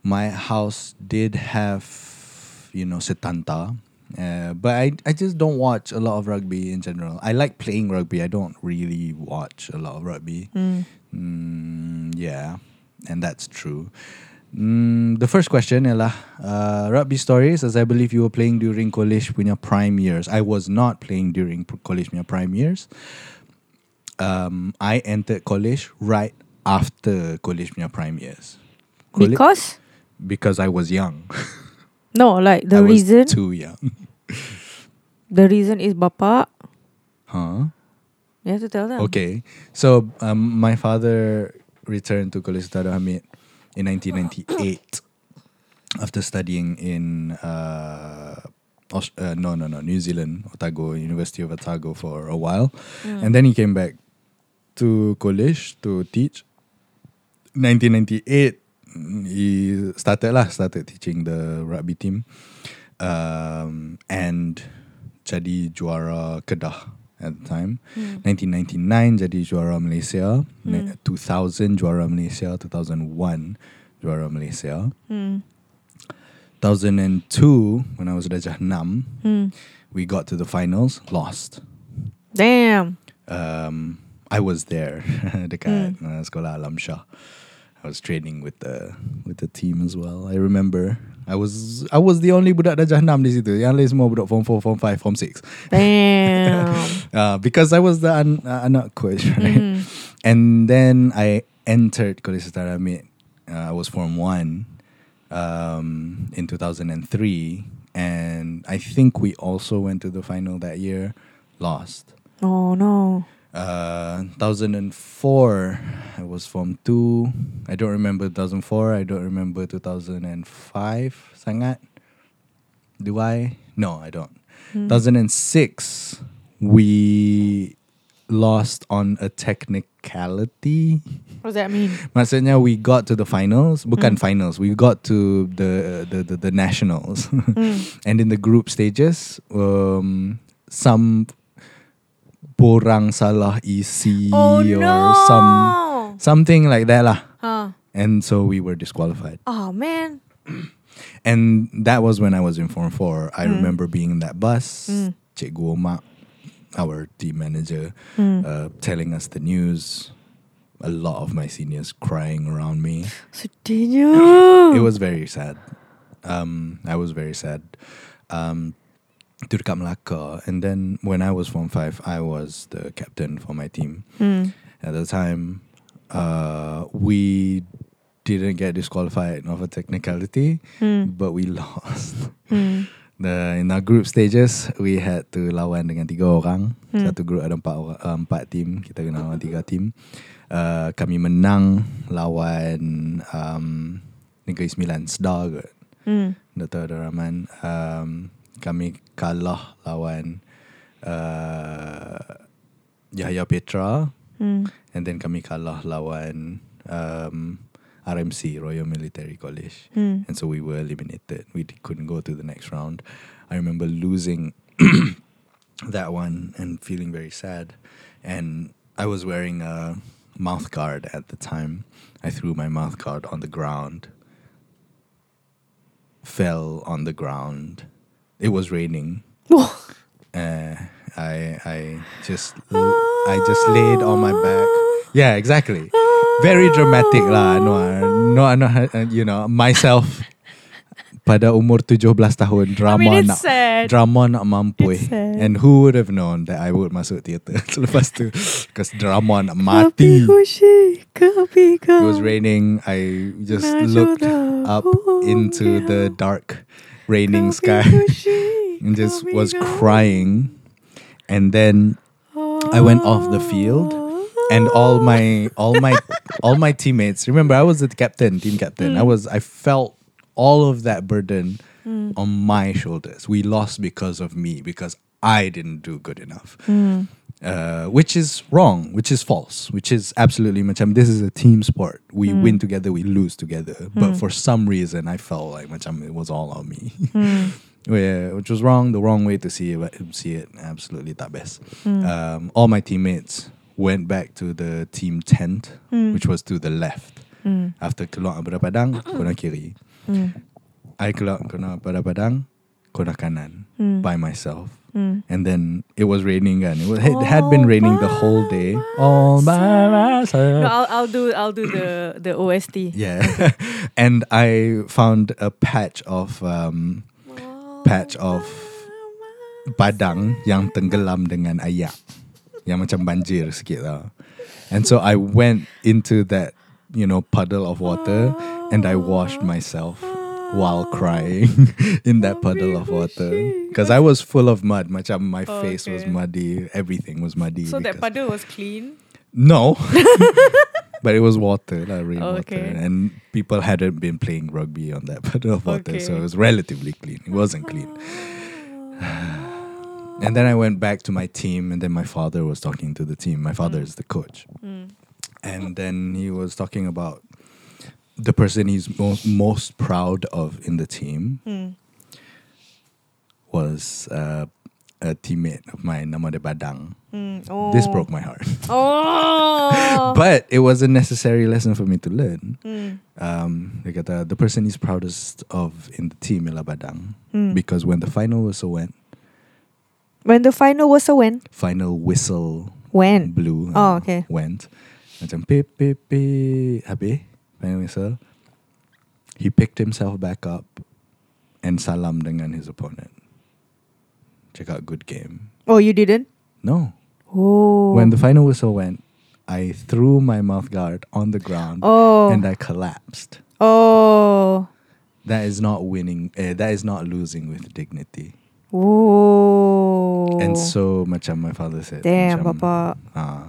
Speaker 1: My house did have, you know, setanta. Uh, but I, I just don't watch a lot of rugby in general. I like playing rugby. I don't really watch a lot of rugby.
Speaker 2: hmm.
Speaker 1: Mm, yeah, and that's true. Mm, the first question ialah uh, rugby stories as I believe you were playing during college punya prime years. I was not playing during p- college punya prime years. Um, I entered college right after college punya prime years. Colle-
Speaker 2: Because?
Speaker 1: because I was young.
Speaker 2: No, like the
Speaker 1: I was
Speaker 2: reason.
Speaker 1: too young.
Speaker 2: The reason is bapak.
Speaker 1: Huh?
Speaker 2: You have to tell them.
Speaker 1: Okay. So um, my father returned to College Sultan Hamid in 1998 after studying in uh, Aus- uh, no no no New Zealand Otago University of Otago for a while, and then he came back to college to teach. 1998 he started lah started teaching the rugby team um, and jadi juara Kedah at the time.
Speaker 2: Hmm,
Speaker 1: 1999 jadi juara Malaysia. Ne- 2000 juara Malaysia. 2001 juara Malaysia.
Speaker 2: hmm,
Speaker 1: 2002 when I was Darjah 6
Speaker 2: hmm.
Speaker 1: we got to the finals lost
Speaker 2: Damn.
Speaker 1: um, I was there dekat uh, sekolah Alam Shah. I was training with the with the team as well. I remember I was I was the only budak darjah 6 di situ. Yang lain semua budak form 4, form 5, form 6.
Speaker 2: Damn.
Speaker 1: Uh, because I was the un, uh, anak coach,
Speaker 2: Hmm.
Speaker 1: right? And then I entered Kolej Setara Mid. Uh, I was Form 1 um, in 2003. And I think we also went to the final that year, lost.
Speaker 2: oh no.
Speaker 1: Uh, 2004 i was form 2 i don't remember 2004 i don't remember 2005 sangat do i no i don't 2006 we lost on a technicality
Speaker 2: What does that mean?
Speaker 1: Maksudnya we got to the finals,
Speaker 2: Hmm.
Speaker 1: bukan finals. We got to the the the, the nationals,
Speaker 2: Hmm.
Speaker 1: and in the group stages, um, some borang salah isi
Speaker 2: Oh
Speaker 1: or
Speaker 2: no.
Speaker 1: some something like that lah.
Speaker 2: Huh.
Speaker 1: And so we were disqualified.
Speaker 2: Oh man.
Speaker 1: And that was when I was in Form 4. I
Speaker 2: Mm.
Speaker 1: remember being in that bus,
Speaker 2: Mm.
Speaker 1: Cikgu Oma, our team manager,
Speaker 2: Mm.
Speaker 1: uh, telling us the news. A lot of my seniors crying around me.
Speaker 2: Sedihnya. Hmm.
Speaker 1: It was very sad. Um, I was very sad. Um, to dekat Melaka. uh, And then when I was Form 5, I was the captain for my team.
Speaker 2: Mm.
Speaker 1: At the time, uh, we didn't get disqualified of a technicality,
Speaker 2: Mm.
Speaker 1: but we lost.
Speaker 2: Mm.
Speaker 1: The, in our group stages, we had to lawan dengan tiga orang.
Speaker 2: Hmm.
Speaker 1: Satu group ada empat, orang, uh, empat team. Kita kena lawan tiga team. Uh, kami menang lawan um, Negeri Sembilan, SDAR kot.
Speaker 2: Mm.
Speaker 1: Dr. Abdul Rahman. Um, kami kalah lawan uh, Yahya Petra.
Speaker 2: Mm.
Speaker 1: And then kami kalah lawan um, RMC, Royal Military College.
Speaker 2: Mm.
Speaker 1: And so we were eliminated. We d- couldn't go to the next round. I remember losing that one and feeling very sad. And I was wearing a mouth guard at the time. I threw my mouth guard on the ground, fell on the ground. It was raining.
Speaker 2: Wah.
Speaker 1: Uh, I I just l- I just laid on my back. Yeah, exactly. Very dramatic lah Anwar. No, no, uh, you know myself. Pada umur 17 tahun
Speaker 2: I
Speaker 1: drama
Speaker 2: mean, it's
Speaker 1: nak
Speaker 2: sad.
Speaker 1: drama nak mampu.
Speaker 2: It's sad.
Speaker 1: And who would have known that I would masuk teater selepas tu because drama nak
Speaker 2: Api
Speaker 1: mati.
Speaker 2: kushi,
Speaker 1: It
Speaker 2: kapi ka.
Speaker 1: was raining. I just
Speaker 2: Najwa
Speaker 1: looked
Speaker 2: da
Speaker 1: up
Speaker 2: ho
Speaker 1: into
Speaker 2: ya.
Speaker 1: the dark raining
Speaker 2: Kapi
Speaker 1: sky
Speaker 2: kushi,
Speaker 1: and just
Speaker 2: kapi
Speaker 1: was
Speaker 2: ka.
Speaker 1: crying. And then I went off the field and all my all my all my teammates remember i was the captain team captain i was i felt all of that burden on my shoulders we lost because of me because i didn't do good enough uh, which is wrong which is false which is absolutely macam this is a team sport we win together we lose together but for some reason i felt like macam it was all on me
Speaker 2: Hmm.
Speaker 1: yeah, which was wrong, the wrong way to see it, but- see it absolutely that best.
Speaker 2: Mm. Hmm.
Speaker 1: Um, all my teammates went back to the team tent,
Speaker 2: Hmm. Mm.
Speaker 1: which was to the left. After keluar pada padang, kena kiri.
Speaker 2: Hmm.
Speaker 1: I keluar kena pada padang, kena kanan
Speaker 2: Hmm. Mm.
Speaker 1: by myself. And then it was raining and it, was, it had been
Speaker 2: All
Speaker 1: raining
Speaker 2: by
Speaker 1: the whole day. All by myself.
Speaker 2: No, I'll, I'll do I'll do the the OST.
Speaker 1: Yeah. and I found a patch of um, patch of padang yang tenggelam dengan ayak. Yang macam banjir sikit lah. And so I went into that, you know, puddle of water and I washed myself while crying in that puddle of water because I was full of mud. Macam my face was
Speaker 2: Okay.
Speaker 1: muddy, everything was muddy.
Speaker 2: So
Speaker 1: because-
Speaker 2: that puddle was clean.
Speaker 1: no. but it was water, like rain water.
Speaker 2: Okay.
Speaker 1: And people hadn't been playing rugby on that puddle of water. So
Speaker 2: Okay.
Speaker 1: it was relatively clean. It wasn't clean. and then I went back to my team, and then my father was talking to the team. My
Speaker 2: Mm.
Speaker 1: father is the coach.
Speaker 2: Hmm,
Speaker 1: And then he was talking about the person he's most, most proud of in the team
Speaker 2: hmm,
Speaker 1: was uh, a teammate of mine, Namade Badang.
Speaker 2: Mm, oh.
Speaker 1: This broke my heart.
Speaker 2: Oh.
Speaker 1: but it was a necessary lesson for me to learn.
Speaker 2: Mm,
Speaker 1: Um, dia kata, the person he's proudest of in the team ialah Badang
Speaker 2: mm.
Speaker 1: because when the final whistle went,
Speaker 2: when the final was a when?
Speaker 1: final whistle
Speaker 2: When?
Speaker 1: blew. uh,
Speaker 2: Oh, okay.
Speaker 1: Went. Macam pip, pip, pip. Habis, final whistle. He picked himself back up and salam dengan his opponent. Check out good game.
Speaker 2: Oh, you didn't.
Speaker 1: No.
Speaker 2: Oh.
Speaker 1: When the final whistle went, I threw my mouth guard on the ground
Speaker 2: oh.
Speaker 1: and I collapsed.
Speaker 2: oh.
Speaker 1: That is not winning. Uh, that is not losing with dignity.
Speaker 2: Oh.
Speaker 1: And so, macam my father said,
Speaker 2: Damn,
Speaker 1: macam,
Speaker 2: Papa.
Speaker 1: "Ah,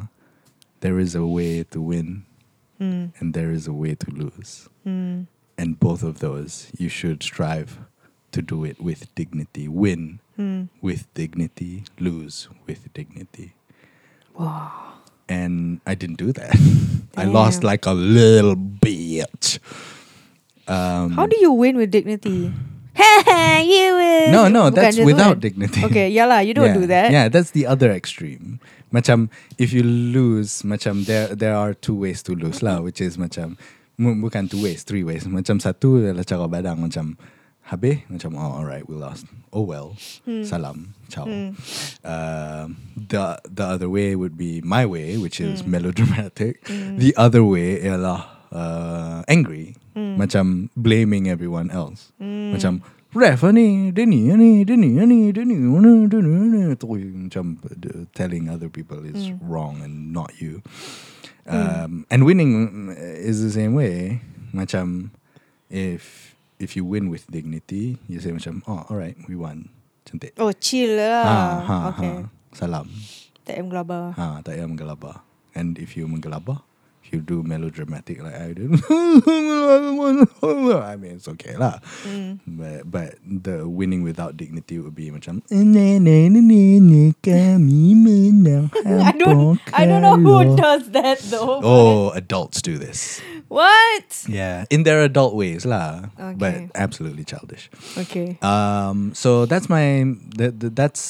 Speaker 1: there is a way to win
Speaker 2: Mm,
Speaker 1: and there is a way to lose,
Speaker 2: mm,
Speaker 1: and both of those you should strive to do it with dignity. Win
Speaker 2: mm.
Speaker 1: with dignity, lose with dignity."
Speaker 2: Wow.
Speaker 1: And I didn't do that. I lost
Speaker 2: Damn.
Speaker 1: like a little bitch. Um,
Speaker 2: How do you win with dignity? you win.
Speaker 1: No, no,
Speaker 2: Bukan
Speaker 1: that's
Speaker 2: macam tu
Speaker 1: without
Speaker 2: kan?
Speaker 1: dignity.
Speaker 2: Okay, yeah lah, you don't
Speaker 1: yeah.
Speaker 2: do that.
Speaker 1: Yeah, that's the other extreme. Macam if you lose, macam there there are two ways to lose lah, which is macam mu- bukan two ways, three ways. Macam satu adalah cara badang macam habis macam oh, alright we'll ask oh well
Speaker 2: Hmm.
Speaker 1: salam ciao um, the the other way would be my way which is
Speaker 2: Hmm.
Speaker 1: melodramatic the other way ialah uh, angry
Speaker 2: Hmm.
Speaker 1: macam blaming everyone else macam ref ah, ni dia ni ah, ni dia ni ah, ni dia ni ah, ni dia ni ah, ni tu macam uh, telling other people it's wrong and not you um, and winning mm, is the same way. Macam if if you win with dignity, you say macam oh all right we won. Cantik.
Speaker 2: Oh, chill lah. okay.
Speaker 1: Salam.
Speaker 2: Tak payah gelabah.
Speaker 1: Ha, tak payah menggelabah. And if you menggelabah, if you do melodramatic like I did, I mean it's okay lah.
Speaker 2: Mm.
Speaker 1: But but the winning without dignity would be macam "Ne, ne, ne, ne, ne, kami menang.
Speaker 2: I don't I don't know who
Speaker 1: hampa kalau."
Speaker 2: does that though.
Speaker 1: Oh, adults do this.
Speaker 2: What?
Speaker 1: Yeah, in their adult ways lah,
Speaker 2: Okay.
Speaker 1: but absolutely childish.
Speaker 2: Okay.
Speaker 1: Um, so that's my that that- that's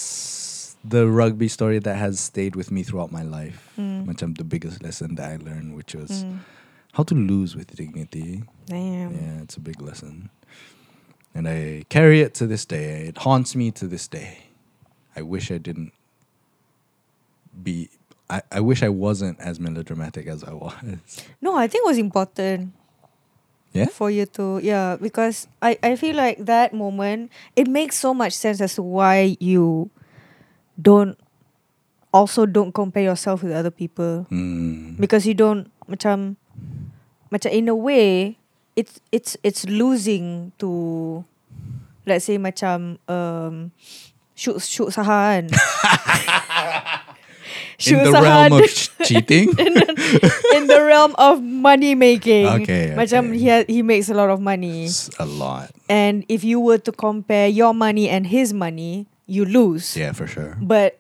Speaker 1: the rugby story that has stayed with me throughout my life. Macam the biggest lesson that I learned, which was how to lose with dignity.
Speaker 2: Damn.
Speaker 1: Yeah, it's a big lesson, and I carry it to this day. It haunts me to this day. I wish I didn't be. I, I wish I wasn't as melodramatic as I was.
Speaker 2: No, I think it was important.
Speaker 1: Yeah?
Speaker 2: For you to yeah, because I, I feel like that moment it makes so much sense as to why you don't also don't compare yourself with other people.
Speaker 1: Mm.
Speaker 2: Because you don't macam macam in a way it's it's it's losing to let's say macam um shoot shoot saha kan.
Speaker 1: In
Speaker 2: Shoot
Speaker 1: the
Speaker 2: saha
Speaker 1: realm of
Speaker 2: dia-
Speaker 1: ch- cheating,
Speaker 2: in the realm of money making.
Speaker 1: Okay,
Speaker 2: Macam
Speaker 1: okay.
Speaker 2: he ha- he makes a lot of money.
Speaker 1: It's a lot.
Speaker 2: And if you were to compare your money and his money, you lose.
Speaker 1: Yeah, for sure.
Speaker 2: But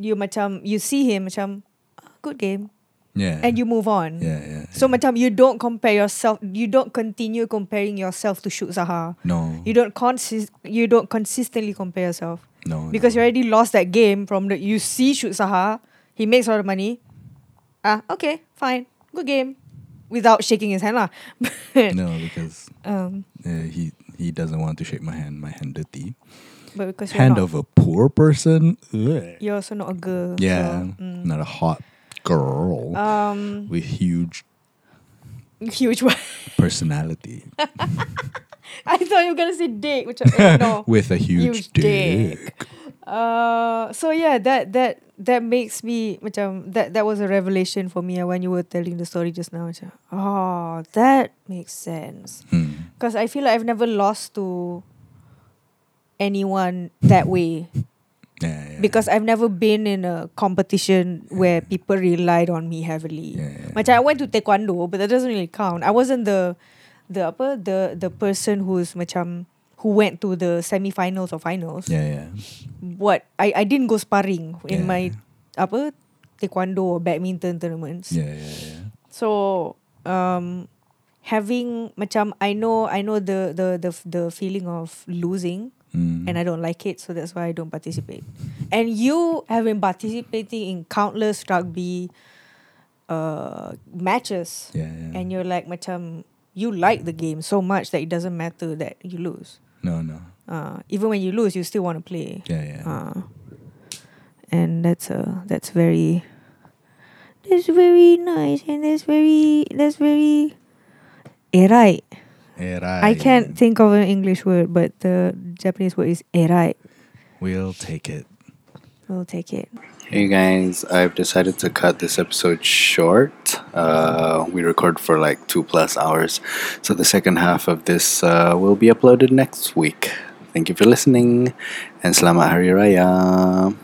Speaker 2: you macam you see him macam "Ah, good game
Speaker 1: Yeah.
Speaker 2: and you move on.
Speaker 1: Yeah, yeah.
Speaker 2: So macam you don't compare yourself, you don't continue comparing yourself to Shoot Zaha.
Speaker 1: no.
Speaker 2: You don't consist you don't consistently compare yourself
Speaker 1: no.
Speaker 2: because you
Speaker 1: Oh, no.
Speaker 2: already lost that game from the you see Shoot Saha, he makes a lot of money. Ah, okay, fine, good game, without shaking his hand lah. But,
Speaker 1: No, because
Speaker 2: um,
Speaker 1: uh, he he doesn't want to shake my hand. My hand dirty.
Speaker 2: but because you're
Speaker 1: Hand of
Speaker 2: not,
Speaker 1: a poor person. Ugh.
Speaker 2: you're also not a girl.
Speaker 1: Yeah,
Speaker 2: so, mm.
Speaker 1: not a hot girl
Speaker 2: Um,
Speaker 1: with huge
Speaker 2: huge one.
Speaker 1: personality
Speaker 2: I thought you were gonna say dick, which I, no.
Speaker 1: with a huge,
Speaker 2: Huge
Speaker 1: dick.
Speaker 2: Uh, so yeah, that that that makes me macam that that was a revelation for me uh, when you were telling the story just now. Macam, oh, that makes sense.
Speaker 1: Hmm.
Speaker 2: Because I feel like I've never lost to anyone that way.
Speaker 1: Yeah, yeah,
Speaker 2: Because I've never been in a competition where people relied on me heavily.
Speaker 1: Yeah, yeah.
Speaker 2: Macam I went to taekwondo, but that doesn't really count. I wasn't the the apa the the person who's macam who went to the semifinals or finals.
Speaker 1: yeah, yeah,
Speaker 2: What I I didn't go sparring in
Speaker 1: Yeah.
Speaker 2: my apa taekwondo or badminton tournaments.
Speaker 1: yeah, yeah, yeah.
Speaker 2: So um having macam I know I know the the the the feeling of losing
Speaker 1: Mm.
Speaker 2: and I don't like it so that's why I don't participate. And you have been participating in countless rugby uh matches
Speaker 1: yeah, yeah.
Speaker 2: and you're like macam you like the game so much that it doesn't matter that you lose.
Speaker 1: no, no.
Speaker 2: Uh even when you lose you still want to play.
Speaker 1: Yeah, yeah.
Speaker 2: Uh, and that's uh that's very that's very nice and that's very that's very erai.
Speaker 1: Erai.
Speaker 2: I can't think of an English word, but the Japanese word is erai.
Speaker 1: We'll take it.
Speaker 2: We'll take it.
Speaker 3: Hey guys, I've decided to cut this episode short. Uh, we record for like two plus hours, so the second half of this uh, will be uploaded next week. Thank you for listening, and selamat hari raya.